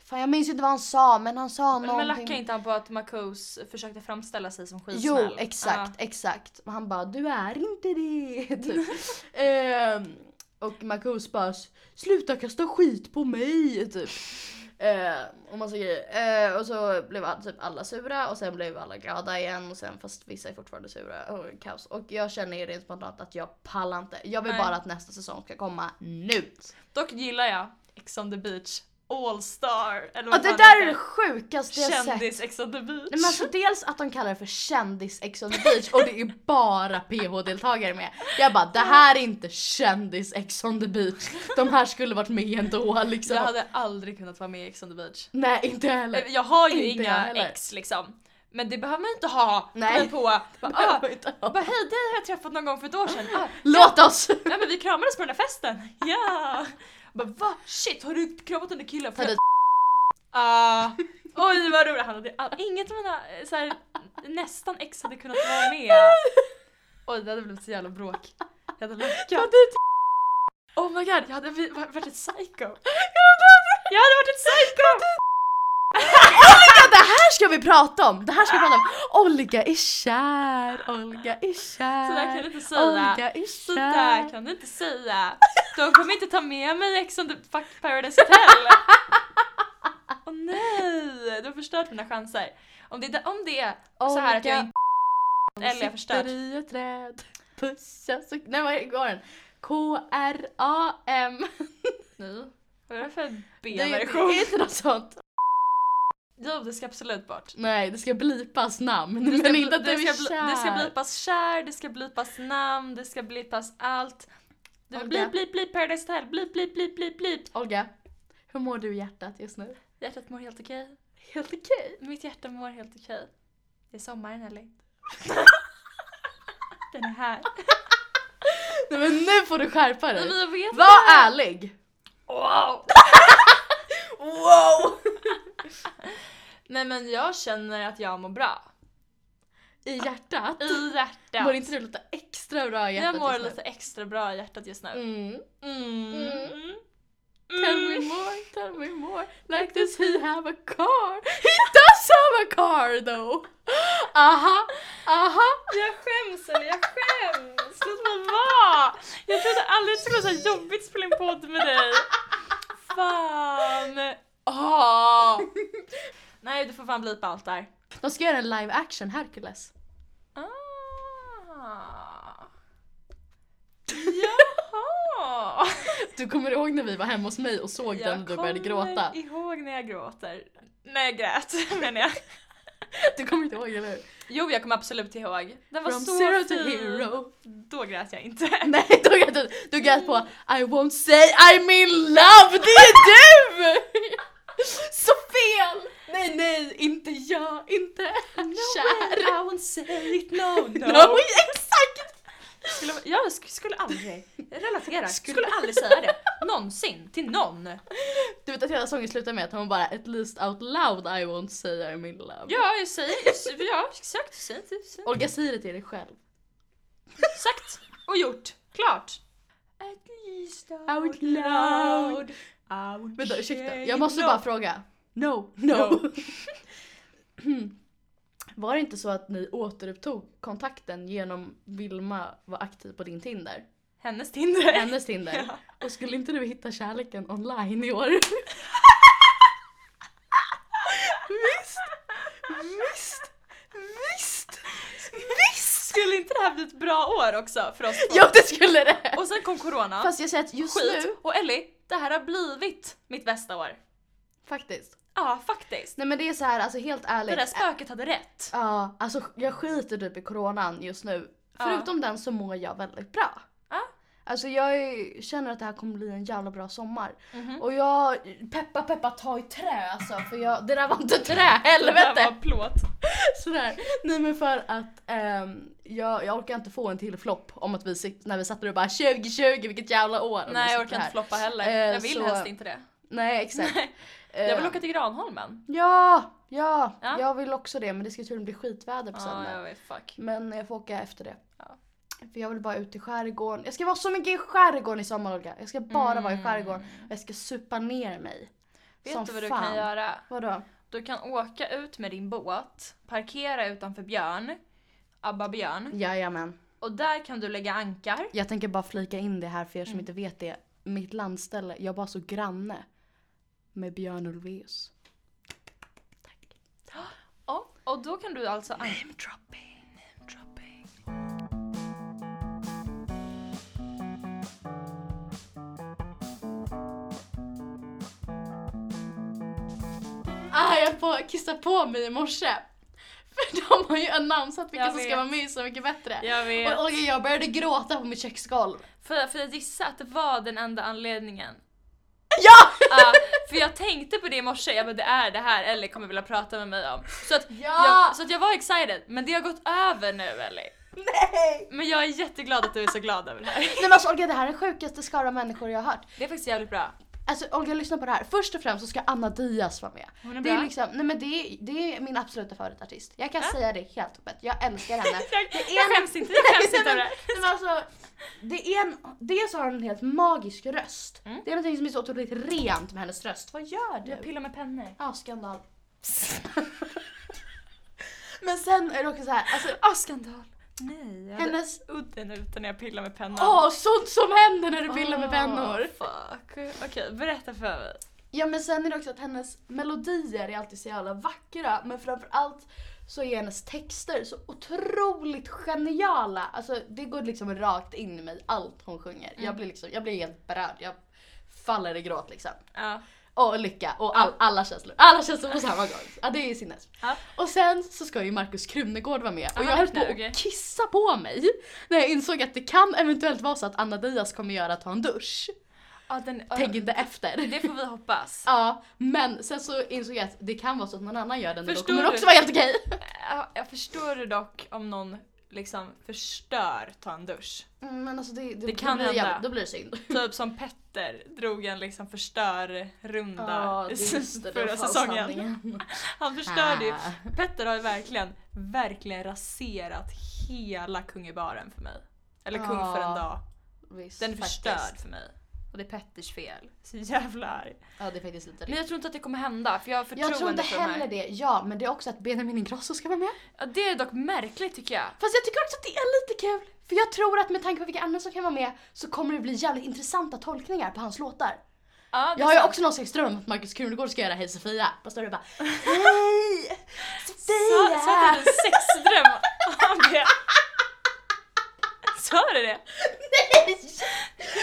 [SPEAKER 5] fan jag minns inte vad han sa men han sa
[SPEAKER 2] Men, men
[SPEAKER 5] någonting.
[SPEAKER 2] lackade inte han på att Marcos försökte framställa sig som
[SPEAKER 5] Jo
[SPEAKER 2] skitsnäll?
[SPEAKER 5] exakt,
[SPEAKER 2] Ja.
[SPEAKER 5] exakt. Och han bara du är inte det. <laughs>
[SPEAKER 2] <laughs>
[SPEAKER 5] typ. Ehm, och Marcus bara "S- sluta kasta skit på mig <laughs> typ. Ehm, och massa grejer. Eh, och så blev all- typ alla sura och sen blev alla glada igen och sen fast vissa är fortfarande sura och kaos. Och jag känner ju rent spontant att jag pallar inte. Jag vill
[SPEAKER 2] Nej.
[SPEAKER 5] bara att nästa säsong ska komma nu.
[SPEAKER 2] Dock gillar jag Ex on the beach All star. Eller
[SPEAKER 5] Och
[SPEAKER 2] vad
[SPEAKER 5] det
[SPEAKER 2] fan
[SPEAKER 5] där är det
[SPEAKER 2] heter.
[SPEAKER 5] sjukaste jag sett.
[SPEAKER 2] Kändis Ex on the beach.
[SPEAKER 5] Nej, men alltså, dels att de kallar det för kändis Ex on the beach och det är bara PH-deltagare med. Jag bara, det här är inte kändis Ex on the beach. De här skulle varit med ändå liksom.
[SPEAKER 2] Jag hade aldrig kunnat vara med i Ex on the beach.
[SPEAKER 5] Nej, inte heller.
[SPEAKER 2] Eh, Jag har ju
[SPEAKER 5] Inte jag
[SPEAKER 2] inga
[SPEAKER 5] heller.
[SPEAKER 2] ex liksom. Men det behöver man ju inte ha.
[SPEAKER 5] Nej.
[SPEAKER 2] Nej.
[SPEAKER 5] <laughs>
[SPEAKER 2] På. Bara, ah,
[SPEAKER 5] Jag vet inte.
[SPEAKER 2] bara hej dig har jag träffat någon gång för ett år sedan. Ah,
[SPEAKER 5] Låt oss!
[SPEAKER 2] Nej men vi kramades på den där festen! Ja! Bara va? Shit har du kramat den där killen?
[SPEAKER 5] Ta dit.
[SPEAKER 2] Ah, oj vad roligt, han hade all, inget av mina eh, så här, nästan ex hade kunnat vara med. Oj det hade blivit så jävla bråk. Jag hade
[SPEAKER 5] Ta
[SPEAKER 2] lackat.
[SPEAKER 5] dit.
[SPEAKER 2] Oh my god jag hade vi- varit ett psycho. Jag hade varit ett psycho!
[SPEAKER 5] det här ska vi prata om! Det här ska vi prata om! Olga är kär, Olga är kär.
[SPEAKER 2] Så där kan du inte säga.
[SPEAKER 5] Olga är
[SPEAKER 2] Så där
[SPEAKER 5] kär.
[SPEAKER 2] kan du inte säga. De kommer inte ta med mig Ex on the fuck
[SPEAKER 5] <laughs>
[SPEAKER 2] Paradise Hotel. Åh nej, du har förstört mina chanser. Om det, om det är så här att jag
[SPEAKER 5] Olga
[SPEAKER 2] inte eller jag har förstört.
[SPEAKER 5] Oh Sitter i ett träd, pussas och... Nej vad går den? K-R-A-M.
[SPEAKER 2] Nej. Vad är det för
[SPEAKER 5] Det är det
[SPEAKER 2] B-version?
[SPEAKER 5] är inte något sånt.
[SPEAKER 2] Jo, det ska absolut bort.
[SPEAKER 5] Nej, det ska blipas namn.
[SPEAKER 2] Det ska,
[SPEAKER 5] men
[SPEAKER 2] bli-
[SPEAKER 5] inte att du
[SPEAKER 2] det,
[SPEAKER 5] är
[SPEAKER 2] ska, bli-
[SPEAKER 5] kär.
[SPEAKER 2] det ska blipas kär, det ska blipas namn, det ska blipas allt. Du vill
[SPEAKER 5] Olga.
[SPEAKER 2] blip, blip, blip, Paradise Hotel, blip, blip, blip, blip, blip.
[SPEAKER 5] Olga, hur mår du i hjärtat just
[SPEAKER 2] <laughs>
[SPEAKER 5] nu?
[SPEAKER 2] Hjärtat mår helt okej.
[SPEAKER 5] Helt okej.
[SPEAKER 2] Mitt hjärta mår helt okej. Det är sommaren, Ellie. <laughs> Den är här.
[SPEAKER 5] Nej men nu får du skärpa
[SPEAKER 2] Nej,
[SPEAKER 5] dig.
[SPEAKER 2] men jag vet
[SPEAKER 5] Var ärlig.
[SPEAKER 2] Wow.
[SPEAKER 5] Wow!
[SPEAKER 2] <laughs> Nej men jag känner att jag mår bra.
[SPEAKER 5] I hjärtat.
[SPEAKER 2] I
[SPEAKER 5] Mår
[SPEAKER 2] hjärtat.
[SPEAKER 5] inte du lite extra bra i hjärtat
[SPEAKER 2] Jag mår
[SPEAKER 5] just nu?
[SPEAKER 2] lite extra bra i hjärtat just nu.
[SPEAKER 5] Mm.
[SPEAKER 2] Mm.
[SPEAKER 5] Mm.
[SPEAKER 2] Mm.
[SPEAKER 5] Tell me more, tell me more. Like does he have a car? He does have a car though! Aha, aha!
[SPEAKER 2] Jag skäms eller jag skäms! Låt mig vara! Jag trodde aldrig det skulle vara så här jobbigt att spela en podd med dig. Fan! Åh. Nej du får fan blipa allt där.
[SPEAKER 5] De ska göra en live action Hercules.
[SPEAKER 2] Ah. Jaha!
[SPEAKER 5] Du kommer ihåg när vi var hemma hos mig och såg den och du började gråta?
[SPEAKER 2] kommer ihåg när jag gråter. När jag grät <laughs> menar jag.
[SPEAKER 5] Du kommer inte ihåg eller hur?
[SPEAKER 2] Jo jag kommer absolut ihåg. Den var
[SPEAKER 5] From
[SPEAKER 2] så
[SPEAKER 5] zero
[SPEAKER 2] fin.
[SPEAKER 5] to hero.
[SPEAKER 2] Då grät jag inte.
[SPEAKER 5] Nej, du grät, du, du grät på I won't say I'm in love, det är du! Så fel! Nej, nej, inte jag, inte kär.
[SPEAKER 2] I won't say it, <laughs> no, no.
[SPEAKER 5] No, exakt!
[SPEAKER 2] Skulle, jag sk-
[SPEAKER 5] <laughs>
[SPEAKER 2] skulle aldrig relatera,
[SPEAKER 5] Skulle-
[SPEAKER 2] skulle, aldrig säga det. Någonsin, till någon.
[SPEAKER 5] <laughs> Du vet att hela sången slutar med att hon bara at least out loud I won't say I'm in love.
[SPEAKER 2] Ja, jag säger, ja exakt, säg inte, säg.
[SPEAKER 5] Olga säger det till dig själv.
[SPEAKER 2] Sagt och gjort, klart. At least
[SPEAKER 5] Out loud.
[SPEAKER 2] out
[SPEAKER 5] Vänta ursäkta,
[SPEAKER 2] shade.
[SPEAKER 5] jag måste
[SPEAKER 2] No.
[SPEAKER 5] bara fråga. No, no. <laughs> var det inte så att ni återupptog kontakten genom Vilma var aktiv på din Tinder?
[SPEAKER 2] Hennes Tinder.
[SPEAKER 5] Hennes Tinder.
[SPEAKER 2] <laughs> Ja.
[SPEAKER 5] Och skulle inte du hitta kärleken online i år? <laughs> visst! Visst! Visst!
[SPEAKER 2] Visst! Skulle inte det här bli ett bra år också för oss två?
[SPEAKER 5] Jo det skulle det!
[SPEAKER 2] Och sen kom
[SPEAKER 5] <laughs>
[SPEAKER 2] corona,
[SPEAKER 5] Fast jag säger att just
[SPEAKER 2] skit,
[SPEAKER 5] nu,
[SPEAKER 2] och Ellie, det här har blivit mitt bästa år.
[SPEAKER 5] faktiskt.
[SPEAKER 2] Ja, faktiskt.
[SPEAKER 5] Nej men det är så här, alltså helt
[SPEAKER 2] Det
[SPEAKER 5] ärligt.
[SPEAKER 2] där spöket hade rätt.
[SPEAKER 5] Ja, alltså jag skiter typ i coronan just nu.
[SPEAKER 2] Ja.
[SPEAKER 5] Förutom den så mår jag väldigt bra.
[SPEAKER 2] Ja.
[SPEAKER 5] Alltså jag är- känner att det här kommer bli en jävla bra sommar.
[SPEAKER 2] Mhm.
[SPEAKER 5] Och jag, peppa peppa ta i trä alltså för jag, det där var inte trä,
[SPEAKER 2] Det där
[SPEAKER 5] helvete!
[SPEAKER 2] var plåt.
[SPEAKER 5] Sådär. Nej men för att ehm, jag, jag orkar inte få en till flopp om att vi sit- när vi satt där och bara 2020 vilket jävla år. om vi
[SPEAKER 2] Nej jag
[SPEAKER 5] sitter
[SPEAKER 2] orkar inte
[SPEAKER 5] här.
[SPEAKER 2] floppa heller.
[SPEAKER 5] Eh,
[SPEAKER 2] jag vill
[SPEAKER 5] så-
[SPEAKER 2] helst inte det.
[SPEAKER 5] Nej exakt.
[SPEAKER 2] Jag vill
[SPEAKER 5] Eh,
[SPEAKER 2] åka till Granholmen.
[SPEAKER 5] Ja, ja,
[SPEAKER 2] Ja.
[SPEAKER 5] jag vill också det men det ska tydligen bli skitväder på
[SPEAKER 2] Ja,
[SPEAKER 5] söndag.
[SPEAKER 2] jag vet. Fuck.
[SPEAKER 5] Men jag får åka efter det.
[SPEAKER 2] Ja.
[SPEAKER 5] För jag vill bara ut i skärgården. Jag ska vara så mycket i skärgården i sommar Olga. Jag ska bara vara i skärgården. Och jag ska supa ner mig.
[SPEAKER 2] Mm. Vet du vad du kan göra?
[SPEAKER 5] Vadå?
[SPEAKER 2] Du kan åka ut med din båt, parkera utanför Björn, Abba Björn,
[SPEAKER 5] Jajamän.
[SPEAKER 2] och där kan du lägga ankar.
[SPEAKER 5] Jag tänker bara flika in det här för er som inte vet det. Mitt landställe, jag var så granne med Björn Ulvaeus.
[SPEAKER 2] Ja, och då kan du alltså anka.
[SPEAKER 5] Ah, jag får kissa på mig i morse. <laughs> För de har ju annonsat vilka
[SPEAKER 2] Jag
[SPEAKER 5] som ska
[SPEAKER 2] vet.
[SPEAKER 5] vara med i Så mycket bättre.
[SPEAKER 2] Jag vet.
[SPEAKER 5] Och Olga, jag började gråta på mitt köksgolv.
[SPEAKER 2] Får jag, får jag gissa att det var den enda anledningen?
[SPEAKER 5] <laughs> Ja! <laughs>
[SPEAKER 2] Ja, för jag tänkte på det i morse, jag bara det är det här Ellie kommer vilja prata med mig om. Så att, jag, så att jag var excited, men det har gått över nu Ellie.
[SPEAKER 5] Nej!
[SPEAKER 2] Men jag är jätteglad att du är så glad över det här.
[SPEAKER 5] Nej men alltså Olga, det här är den sjukaste skara människor jag har hört.
[SPEAKER 2] Det är faktiskt jävligt bra.
[SPEAKER 5] Alltså Olga lyssna på det här. Först och främst så ska Anna Diaz vara med.
[SPEAKER 2] Hon är
[SPEAKER 5] det, är
[SPEAKER 2] <laughs> bra.
[SPEAKER 5] liksom, nej men det, är, det är min absoluta favoritartist. Jag kan säga det helt öppet. Jag älskar henne.
[SPEAKER 2] Jag, <laughs>
[SPEAKER 5] är
[SPEAKER 2] jag
[SPEAKER 5] en-
[SPEAKER 2] skäms inte, jag skäms
[SPEAKER 5] <laughs>
[SPEAKER 2] inte
[SPEAKER 5] Nej,
[SPEAKER 2] över det
[SPEAKER 5] men-
[SPEAKER 2] här.
[SPEAKER 5] nej, men alltså, det är en, Dels har hon en helt magisk röst.
[SPEAKER 2] Mm.
[SPEAKER 5] Det är någonting som är så otroligt rent med hennes röst. Vad gör du?
[SPEAKER 2] Jag pillar med pennor.
[SPEAKER 5] Ja, skandal. <laughs> Men sen är det också så här, alltså
[SPEAKER 2] Ah, skandal! Nej, jag hade
[SPEAKER 5] hennes,
[SPEAKER 2] udden ute när jag pillade med pennan.
[SPEAKER 5] åh sånt som händer när du pillar med
[SPEAKER 2] Ah,
[SPEAKER 5] pennor.
[SPEAKER 2] fuck. Okej, berätta för mig.
[SPEAKER 5] Ja men sen är det också att hennes melodier är alltid så jävla vackra men framförallt så är hennes texter så otroligt geniala. Alltså det går liksom rakt in i mig, allt hon sjunger. Jag blir liksom, jag blir helt berörd. Jag faller i gråt liksom.
[SPEAKER 2] Ja.
[SPEAKER 5] Och lycka och all, alla känslor. Alla känslor på samma gång. Ja det är sinnes.
[SPEAKER 2] Ja.
[SPEAKER 5] Och sen så ska ju Markus Krunegård vara med och
[SPEAKER 2] Ja,
[SPEAKER 5] jag
[SPEAKER 2] han
[SPEAKER 5] höll
[SPEAKER 2] är
[SPEAKER 5] på
[SPEAKER 2] knög.
[SPEAKER 5] att kissa på mig när jag insåg att det kan eventuellt vara så att Anna Diaz kommer göra att ta en dusch.
[SPEAKER 2] Ah, den, ah,
[SPEAKER 5] Tänk inte efter.
[SPEAKER 2] det får vi hoppas.
[SPEAKER 5] Ja, men sen så insåg jag att det kan vara så att någon annan gör den och då
[SPEAKER 2] Förstår
[SPEAKER 5] kommer det
[SPEAKER 2] du?
[SPEAKER 5] också vara helt okej.
[SPEAKER 2] Ja, jag förstår dock om någon liksom förstör ta en dusch.
[SPEAKER 5] Mm, Men alltså det, det,
[SPEAKER 2] kan
[SPEAKER 5] då blir,
[SPEAKER 2] hända.
[SPEAKER 5] då blir det synd.
[SPEAKER 2] Typ som Petter drog en liksom förstör-runda
[SPEAKER 5] Ja, det
[SPEAKER 2] i
[SPEAKER 5] är just det, <laughs> det var
[SPEAKER 2] förra
[SPEAKER 5] fan
[SPEAKER 2] säsongen.
[SPEAKER 5] sanningen.
[SPEAKER 2] Han förstörde ju.
[SPEAKER 5] Ah.
[SPEAKER 2] Petter har ju verkligen, verkligen raserat hela Kungibaren för mig. Eller Kung
[SPEAKER 5] Ja,
[SPEAKER 2] för en dag.
[SPEAKER 5] Visst,
[SPEAKER 2] Den är
[SPEAKER 5] faktiskt.
[SPEAKER 2] förstörd för mig. Och det är Petters fel. Så jävla arg.
[SPEAKER 5] Ja det är faktiskt lite
[SPEAKER 2] Men
[SPEAKER 5] riktigt.
[SPEAKER 2] jag tror inte att det kommer hända för jag har förtroende
[SPEAKER 5] Jag tror inte
[SPEAKER 2] för de här.
[SPEAKER 5] heller det. Ja, men det är också att Benjamin Ingrosso ska vara med.
[SPEAKER 2] Ja, det är dock märkligt tycker jag.
[SPEAKER 5] Fast jag tycker också att det är lite kul. För jag tror att med tanke på vilka andra som kan vara med så kommer det bli jävligt intressanta tolkningar på hans låtar.
[SPEAKER 2] Ja, det
[SPEAKER 5] Jag har ju
[SPEAKER 2] är sant.
[SPEAKER 5] också någon slags dröm om att Markus Krunegård ska göra Hej Sofia. Fast då är det bara Hej
[SPEAKER 2] Sa,
[SPEAKER 5] Sofia!
[SPEAKER 2] sa du
[SPEAKER 5] <laughs>
[SPEAKER 2] en sexdröm om det? Sa du det?
[SPEAKER 5] Nej!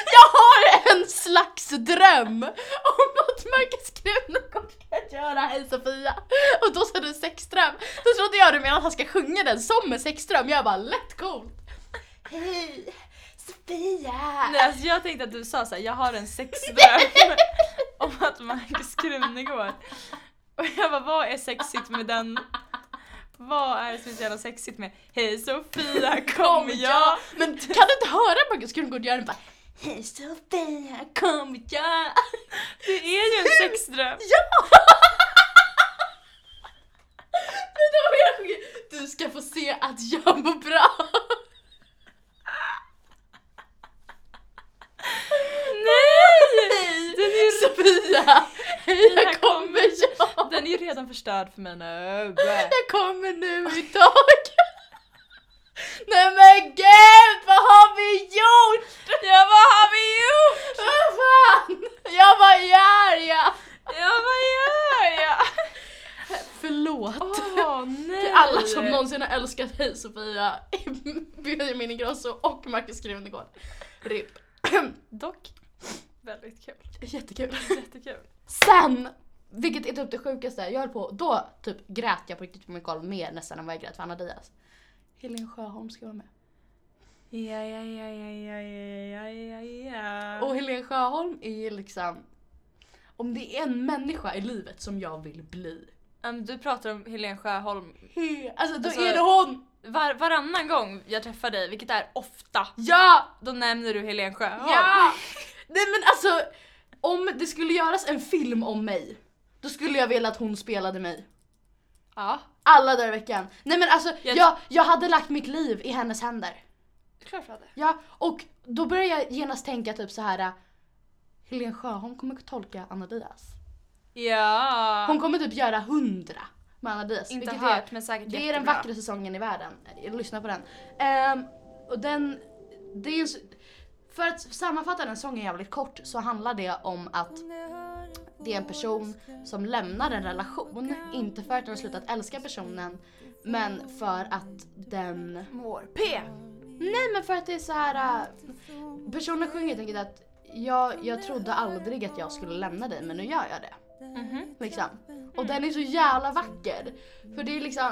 [SPEAKER 5] Jag har en slags dröm om att Marcus Krunegård ska göra Hej Sofia och då sa du sexdröm. Då trodde jag du menade att han ska sjunga den som en sexdröm. Jag bara lätt coolt. Hej Sofia!
[SPEAKER 2] Nej, alltså jag tänkte att du sa såhär, jag har en <laughs> sexdröm om att Marcus Krunegård. Och jag bara, vad är sexigt med den? Vad är det som är så jävla sexigt med Hej <laughs> Sofia, kom jag!
[SPEAKER 5] Men kan du inte höra Marcus Krunegård göra den bara Hej Sofia kom jag?
[SPEAKER 2] Det är ju en sexdröm!
[SPEAKER 5] Ja! Men <laughs> då har jag sjungit Du ska få se att jag mår bra.
[SPEAKER 2] Nej! Den är ju,
[SPEAKER 5] Sofia, hej
[SPEAKER 2] här
[SPEAKER 5] jag kommer jag.
[SPEAKER 2] <laughs> den är ju redan förstörd för mig nu.
[SPEAKER 5] Jag kommer nu idag. <laughs> Nej men gud, vad har vi gjort?
[SPEAKER 2] Ja vad har vi gjort?
[SPEAKER 5] Vad fan? Jag var gör jag?
[SPEAKER 2] Ja vad gör jag?
[SPEAKER 5] Förlåt.
[SPEAKER 2] <laughs> Åh nej!
[SPEAKER 5] Till alla som någonsin har älskat Hej Sofia, <laughs> Benjamin Ingrosso och Marcus Krunegård. RIP. <clears throat>
[SPEAKER 2] Dock, väldigt kul.
[SPEAKER 5] Jättekul.
[SPEAKER 2] Jättekul.
[SPEAKER 5] Sen, vilket är typ det sjukaste, jag höll på, då typ grät jag på riktigt på mitt golv mer nästan än vad jag grät för Anna Diaz. Helen Sjöholm ska vara med.
[SPEAKER 2] Ja, ja, ja, ja, ja, ja, ja, ja.
[SPEAKER 5] Och Helen Sjöholm är ju liksom, om det är en människa i livet som jag vill bli.
[SPEAKER 2] Ehm, du pratar om Helen Sjöholm.
[SPEAKER 5] he- Alltså då
[SPEAKER 2] Alltså-
[SPEAKER 5] är det hon!
[SPEAKER 2] Var, varannan gång jag träffar dig, vilket är ofta,
[SPEAKER 5] Ja!
[SPEAKER 2] då nämner du Helen Sjöholm.
[SPEAKER 5] Ja! <laughs> Nej men alltså, om det skulle göras en film om mig, då skulle jag vilja att hon spelade mig.
[SPEAKER 2] ja!
[SPEAKER 5] Alla dagar i veckan. Nej men alltså,
[SPEAKER 2] Jag-
[SPEAKER 5] jag, jag hade lagt mitt liv i hennes händer.
[SPEAKER 2] Klart du hade.
[SPEAKER 5] Ja, och då börjar jag genast tänka typ så här. Helen Sjöholm kommer tolka Anna Diaz.
[SPEAKER 2] Ja.
[SPEAKER 5] Hon kommer typ göra hundra med Anna Diaz.
[SPEAKER 2] inte
[SPEAKER 5] vilket
[SPEAKER 2] hört
[SPEAKER 5] är,
[SPEAKER 2] men säkert
[SPEAKER 5] Det är den
[SPEAKER 2] jättebra.
[SPEAKER 5] vackra säsongen i världen. Lyssna på den. Ehm, och den, det är, så- för att sammanfatta den sången jävligt kort så handlar det om att det är en person som lämnar en relation, inte för att den har slutat älska personen, men för att den
[SPEAKER 2] Mår P.
[SPEAKER 5] Mm. Nej men för att det är så här. äh, Personen sjunger helt enkelt att jag, jag trodde aldrig att jag skulle lämna dig men nu gör jag det.
[SPEAKER 2] Mhm.
[SPEAKER 5] Liksom. Och den är så jävla vacker. För det är liksom,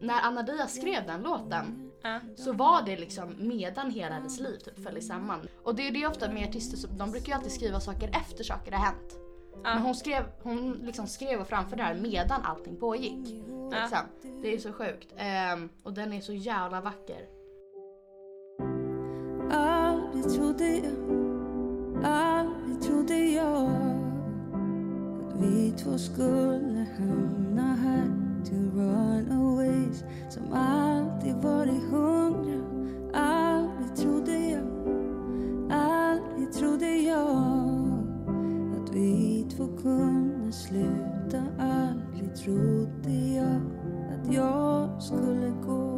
[SPEAKER 5] när Anna Diaz skrev den låten
[SPEAKER 2] Ja.
[SPEAKER 5] så var det liksom medan hela hennes liv typ föll samman. Och det är det ofta med artister, som- de brukar ju alltid skriva saker efter saker har hänt. Men hon skrev, hon liksom skrev och framförde det här medan allting pågick. Liksom. Det är så sjukt. Ehm, och den är så jävla vacker.
[SPEAKER 6] Aldrig trodde jag, aldrig trodde jag att vi två skulle hamna här. Two runaways som alltid varit hungriga. Aldrig trodde jag, aldrig trodde jag att vi två kunde sluta. Aldrig aldrig trodde jag att jag skulle gå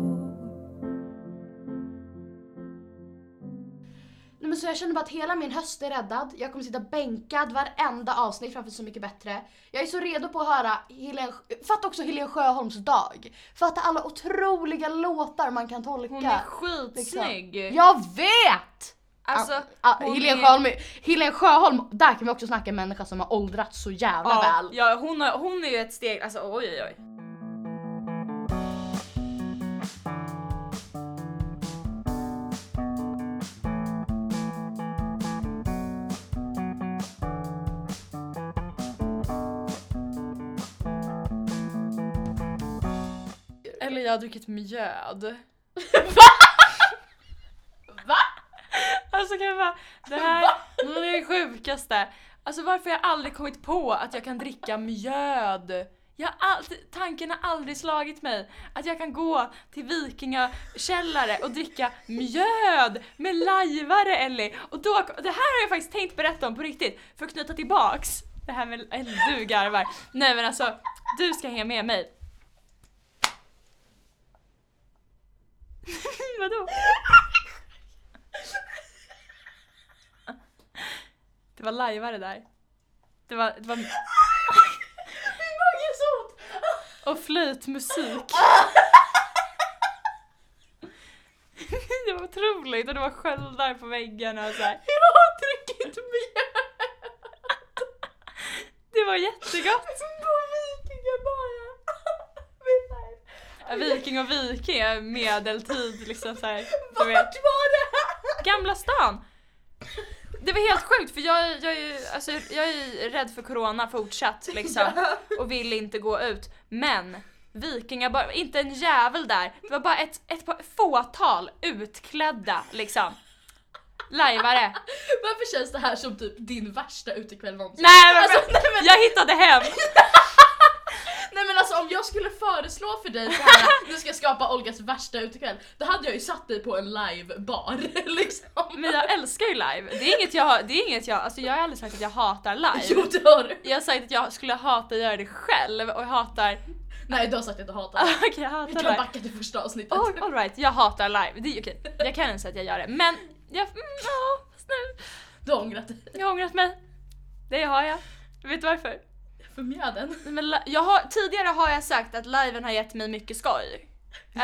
[SPEAKER 5] Nej, men så jag känner bara att hela min höst är räddad. Jag kommer sitta bänkad varenda avsnitt framför Så mycket bättre. Jag är så redo på att höra Helen, fatta också Helen Sjöholms dag. Fatta alla otroliga låtar man kan tolka.
[SPEAKER 2] Hon är skitsnygg!
[SPEAKER 5] Jag vet!
[SPEAKER 2] Alltså,
[SPEAKER 5] Ah,
[SPEAKER 2] hon
[SPEAKER 5] Helen,
[SPEAKER 2] är-
[SPEAKER 5] Sjöholm, är- Helen Sjöholm, där kan vi också snacka en människa som har åldrats så jävla
[SPEAKER 2] ja,
[SPEAKER 5] väl.
[SPEAKER 2] ja, hon, har, hon är ju ett steg, alltså oj oj oj. Eller jag har druckit mjöd.
[SPEAKER 5] Va?
[SPEAKER 2] Alltså kan jag bara, det här mm, det är det sjukaste. Alltså varför har jag aldrig kommit på att jag kan dricka mjöd? Jag har alltid, tanken har aldrig slagit mig att jag kan gå till vikingakällare och dricka mjöd med lajvare Ellie. Och då, det här har jag faktiskt tänkt berätta om på riktigt för att knyta tillbaks det här med, eller du garvar. Nej men alltså, du ska hänga med mig. <laughs> Vadå? Det var lajvare där. Det var...
[SPEAKER 5] <laughs>
[SPEAKER 2] Det var... Och
[SPEAKER 5] <laughs>
[SPEAKER 2] flöjtmusik. det var otroligt och det var sköldar på väggarna och så här.
[SPEAKER 5] Jag har druckit mjöl!
[SPEAKER 2] Det var jättegott.
[SPEAKER 5] På vikingabara!
[SPEAKER 2] Viking och viking är medeltid liksom så här. Du vet.
[SPEAKER 5] Vart var det här?
[SPEAKER 2] Gamla stan. Det var helt sjukt för jag, jag, är ju- alltså, jag är ju rädd för corona fortsatt
[SPEAKER 5] <laughs>
[SPEAKER 2] liksom. och vill inte gå ut. Men vikingar, bara, inte en jävel där. Det var bara ett, ett par, fåtal utklädda liksom. Lajvare.
[SPEAKER 5] Varför känns det här som typ din värsta utekväll någonsin?
[SPEAKER 2] Nej, men,
[SPEAKER 5] Alltså, <laughs> nej, men-
[SPEAKER 2] jag hittade hem.
[SPEAKER 5] Nej men alltså om jag skulle föreslå för dig så här, du ska skapa Olgas värsta utekväll, då hade jag ju satt dig på en livebar <laughs> liksom.
[SPEAKER 2] Men jag älskar ju live. Det är inget jag, det är inget jag, alltså jag har aldrig sagt att jag hatar
[SPEAKER 5] Jo
[SPEAKER 2] live.
[SPEAKER 5] det har du!
[SPEAKER 2] Jag har sagt att jag skulle hata att göra det själv och jag hatar, <laughs>
[SPEAKER 5] Nej du har sagt att du hatar <laughs> det.
[SPEAKER 2] okej jag
[SPEAKER 5] Vi
[SPEAKER 2] hatar
[SPEAKER 5] kan
[SPEAKER 2] live.
[SPEAKER 5] backa till första avsnittet.
[SPEAKER 2] All, all right, jag hatar live. Det är okej. Jag kan inte säga att jag gör det. Men jag, mm, ja, fast nu,
[SPEAKER 5] Du har ångrat dig
[SPEAKER 2] jag har ångrat mig. Det har jag. Vet du varför?
[SPEAKER 5] för mjöden. <laughs>
[SPEAKER 2] Nej, Men li- jag har, tidigare har jag sagt att liven har gett mig mycket skoj. Äh,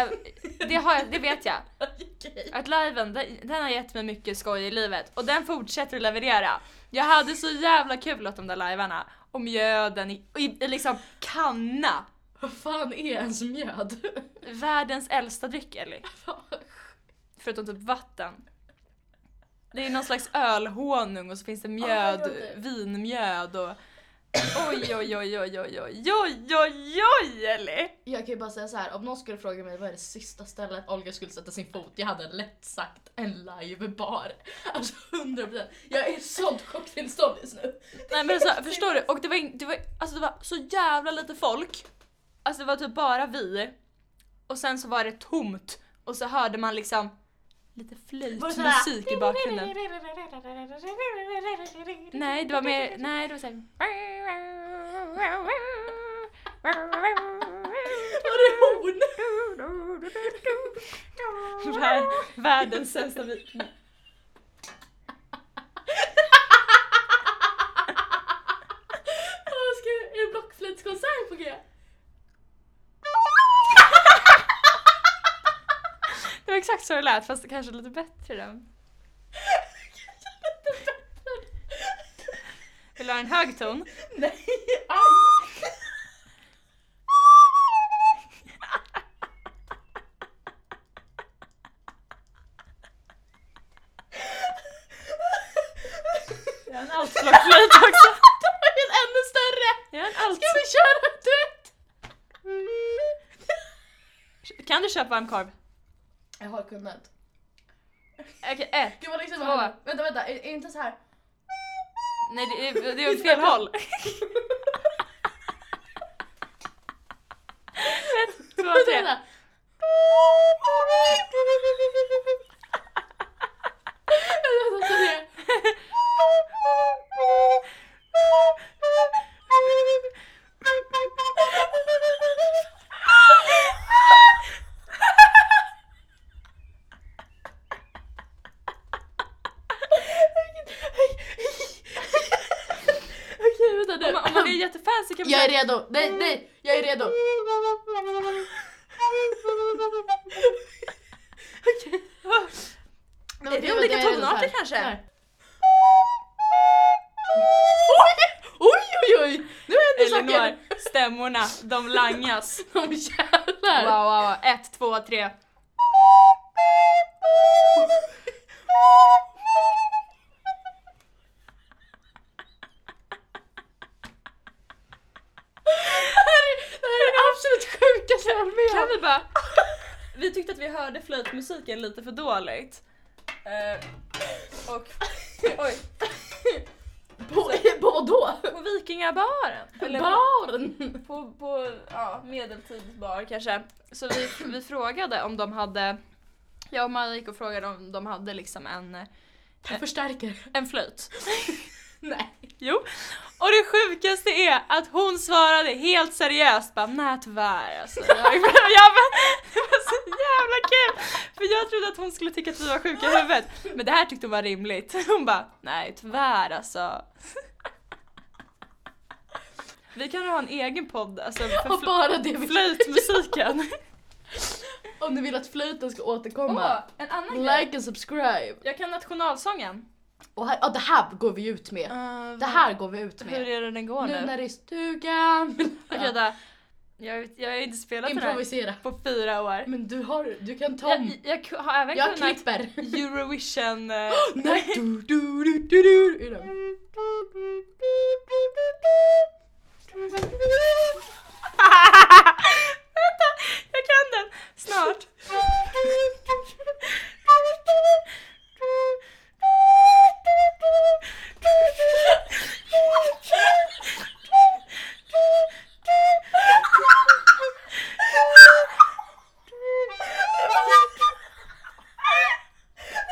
[SPEAKER 2] Det, har jag, det vet jag.
[SPEAKER 5] Okej.
[SPEAKER 2] Att liven, den, den har gett mig mycket skoj i livet och den fortsätter att leverera. Jag hade så jävla kul åt de där livarna och mjöden i, i, i liksom kanna.
[SPEAKER 5] Vad fan är ens mjöd?
[SPEAKER 2] Världens äldsta
[SPEAKER 5] <laughs>
[SPEAKER 2] dryck Ellie. Förutom typ vatten. Det är någon slags ölhonung och så finns det mjöd,
[SPEAKER 5] Ah, jag vet.
[SPEAKER 2] vinmjöd och oj oj oj oj oj oj oj oj oj Ellie.
[SPEAKER 5] Jag kan ju bara säga så här, om någon skulle fråga mig vad är det sista stället Olga skulle sätta sin fot, jag hade lätt sagt en livebar. Alltså 100%. Jag är i sånt chocktillstånd just nu.
[SPEAKER 2] Nej men alltså, förstår du? Och det var, in, det, var, alltså, det var så jävla lite folk. Alltså det var typ bara vi. Och sen så var det tomt. Och så hörde man liksom lite flöjtmusik i bakgrunden. Nej det var mer, nej det var såhär...
[SPEAKER 5] Var det hon?
[SPEAKER 2] <laughs> Vär- Världens sämsta vi-
[SPEAKER 5] Vad ska, är det blockflöjtskonsert på g?
[SPEAKER 2] <laughs> Det var exakt så det lät fast kanske lite bättre
[SPEAKER 5] <laughs>
[SPEAKER 2] då. Vill du ha en hög ton?
[SPEAKER 5] Nej, aj!
[SPEAKER 2] Jag har en
[SPEAKER 5] <laughs>
[SPEAKER 2] altsblockflöjt också.
[SPEAKER 5] Det var ju en ännu större!
[SPEAKER 2] Jag har en
[SPEAKER 5] Ska
[SPEAKER 2] alts-
[SPEAKER 5] vi köra en duett?
[SPEAKER 2] Kan du köpa varmkorv?
[SPEAKER 5] Jag har kunnat.
[SPEAKER 2] Okej, ett.
[SPEAKER 5] Gud vad liksom,
[SPEAKER 2] Två.
[SPEAKER 5] vänta vänta, är, är inte så här.
[SPEAKER 2] Nej det, är-
[SPEAKER 5] <laughs>
[SPEAKER 2] det är åt fel håll. ett, två,
[SPEAKER 5] Vänta,
[SPEAKER 2] tre.
[SPEAKER 5] vänta. Vänta, så det är- redo! Nej, nej! Jag är redo! Okej.
[SPEAKER 2] Det
[SPEAKER 5] Är det
[SPEAKER 2] är olika
[SPEAKER 5] vad det är,
[SPEAKER 2] tonarter
[SPEAKER 5] så här?
[SPEAKER 2] kanske?
[SPEAKER 5] Nej. Oj, oj, oj! Nu händer
[SPEAKER 2] Elinor,
[SPEAKER 5] saker!
[SPEAKER 2] stämmorna, de langas.
[SPEAKER 5] Åh jävlar!
[SPEAKER 2] Wow,
[SPEAKER 5] <laughs>
[SPEAKER 2] wow, wow. Ett, två, tre.
[SPEAKER 5] Det här är det absolut sjukaste jag har varit med
[SPEAKER 2] Kan
[SPEAKER 5] om!
[SPEAKER 2] vi bara... Vi tyckte att vi hörde flöjtmusiken lite för dåligt. Eh, och... Oj.
[SPEAKER 5] På, på vadå?
[SPEAKER 2] På Vikingabaren. Eller på,
[SPEAKER 5] Barn!
[SPEAKER 2] på, på ja, medeltidsbar kanske. Så vi, vi frågade om de hade... Ja, och Maja gick och frågade om de hade liksom en,
[SPEAKER 5] Jag förstärker.
[SPEAKER 2] en flöjt.
[SPEAKER 5] <laughs> Nej.
[SPEAKER 2] Jo. Och det sjukaste är att hon svarade helt seriöst bara nej tyvärr alltså. Jag, jag, bara, <laughs> det var så jävla kul! För jag trodde att hon skulle tycka att vi var sjuka i huvudet. Men det här tyckte hon var rimligt. <laughs> Hon bara nej tyvärr alltså. Vi kan ha en egen podd alltså för
[SPEAKER 5] Och
[SPEAKER 2] fl-
[SPEAKER 5] bara det vi... <laughs>
[SPEAKER 2] flöjtmusiken.
[SPEAKER 5] Om ni vill att flöjten ska återkomma,
[SPEAKER 2] en annan
[SPEAKER 5] like and subscribe.
[SPEAKER 2] Jag kan nationalsången.
[SPEAKER 5] Och här, ja, det här går vi ut med. Det här går vi ut
[SPEAKER 2] Eh, Hur
[SPEAKER 5] med.
[SPEAKER 2] är det den går
[SPEAKER 5] Nu
[SPEAKER 2] nu?
[SPEAKER 5] när det är stugan.
[SPEAKER 2] Okej då. Jag, vet- jag har ju inte spelat den här
[SPEAKER 5] Improvisera.
[SPEAKER 2] på fyra år.
[SPEAKER 5] Men du har, du kan ta
[SPEAKER 2] Jag,
[SPEAKER 5] om.
[SPEAKER 2] jag ku- har även
[SPEAKER 5] Jag
[SPEAKER 2] kunnat
[SPEAKER 5] klipper.
[SPEAKER 2] <laughs> Eurovision... eh,
[SPEAKER 5] <laughs> Nej. Du, du, du, du, du. Är det?
[SPEAKER 2] Vänta, jag kan den! Snart.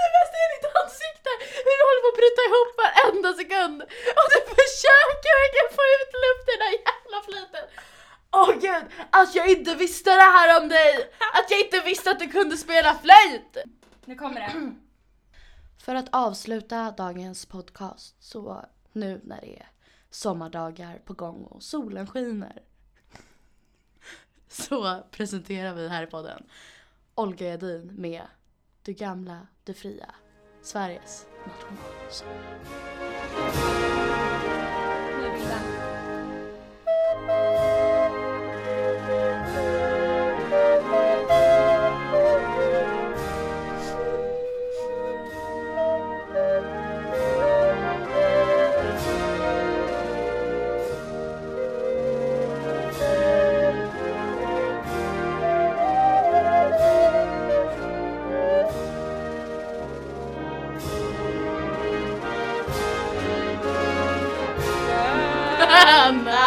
[SPEAKER 5] Det bästa är ditt ansikte! Hur du håller på att bryta ihop varenda sekund! Och du försöker verkligen få ut luft i den här jävla flyten! Åh gud, att jag inte visste det här om dig! Att jag inte visste att du kunde spela flöjt!
[SPEAKER 2] Nu kommer <laughs> det.
[SPEAKER 5] För att avsluta dagens podcast så nu när det är sommardagar på gång och solen skiner så presenterar vi här i podden Olga Edin med Du gamla, du fria, Sveriges nationalsång.
[SPEAKER 2] Nu vill den.
[SPEAKER 5] Anna!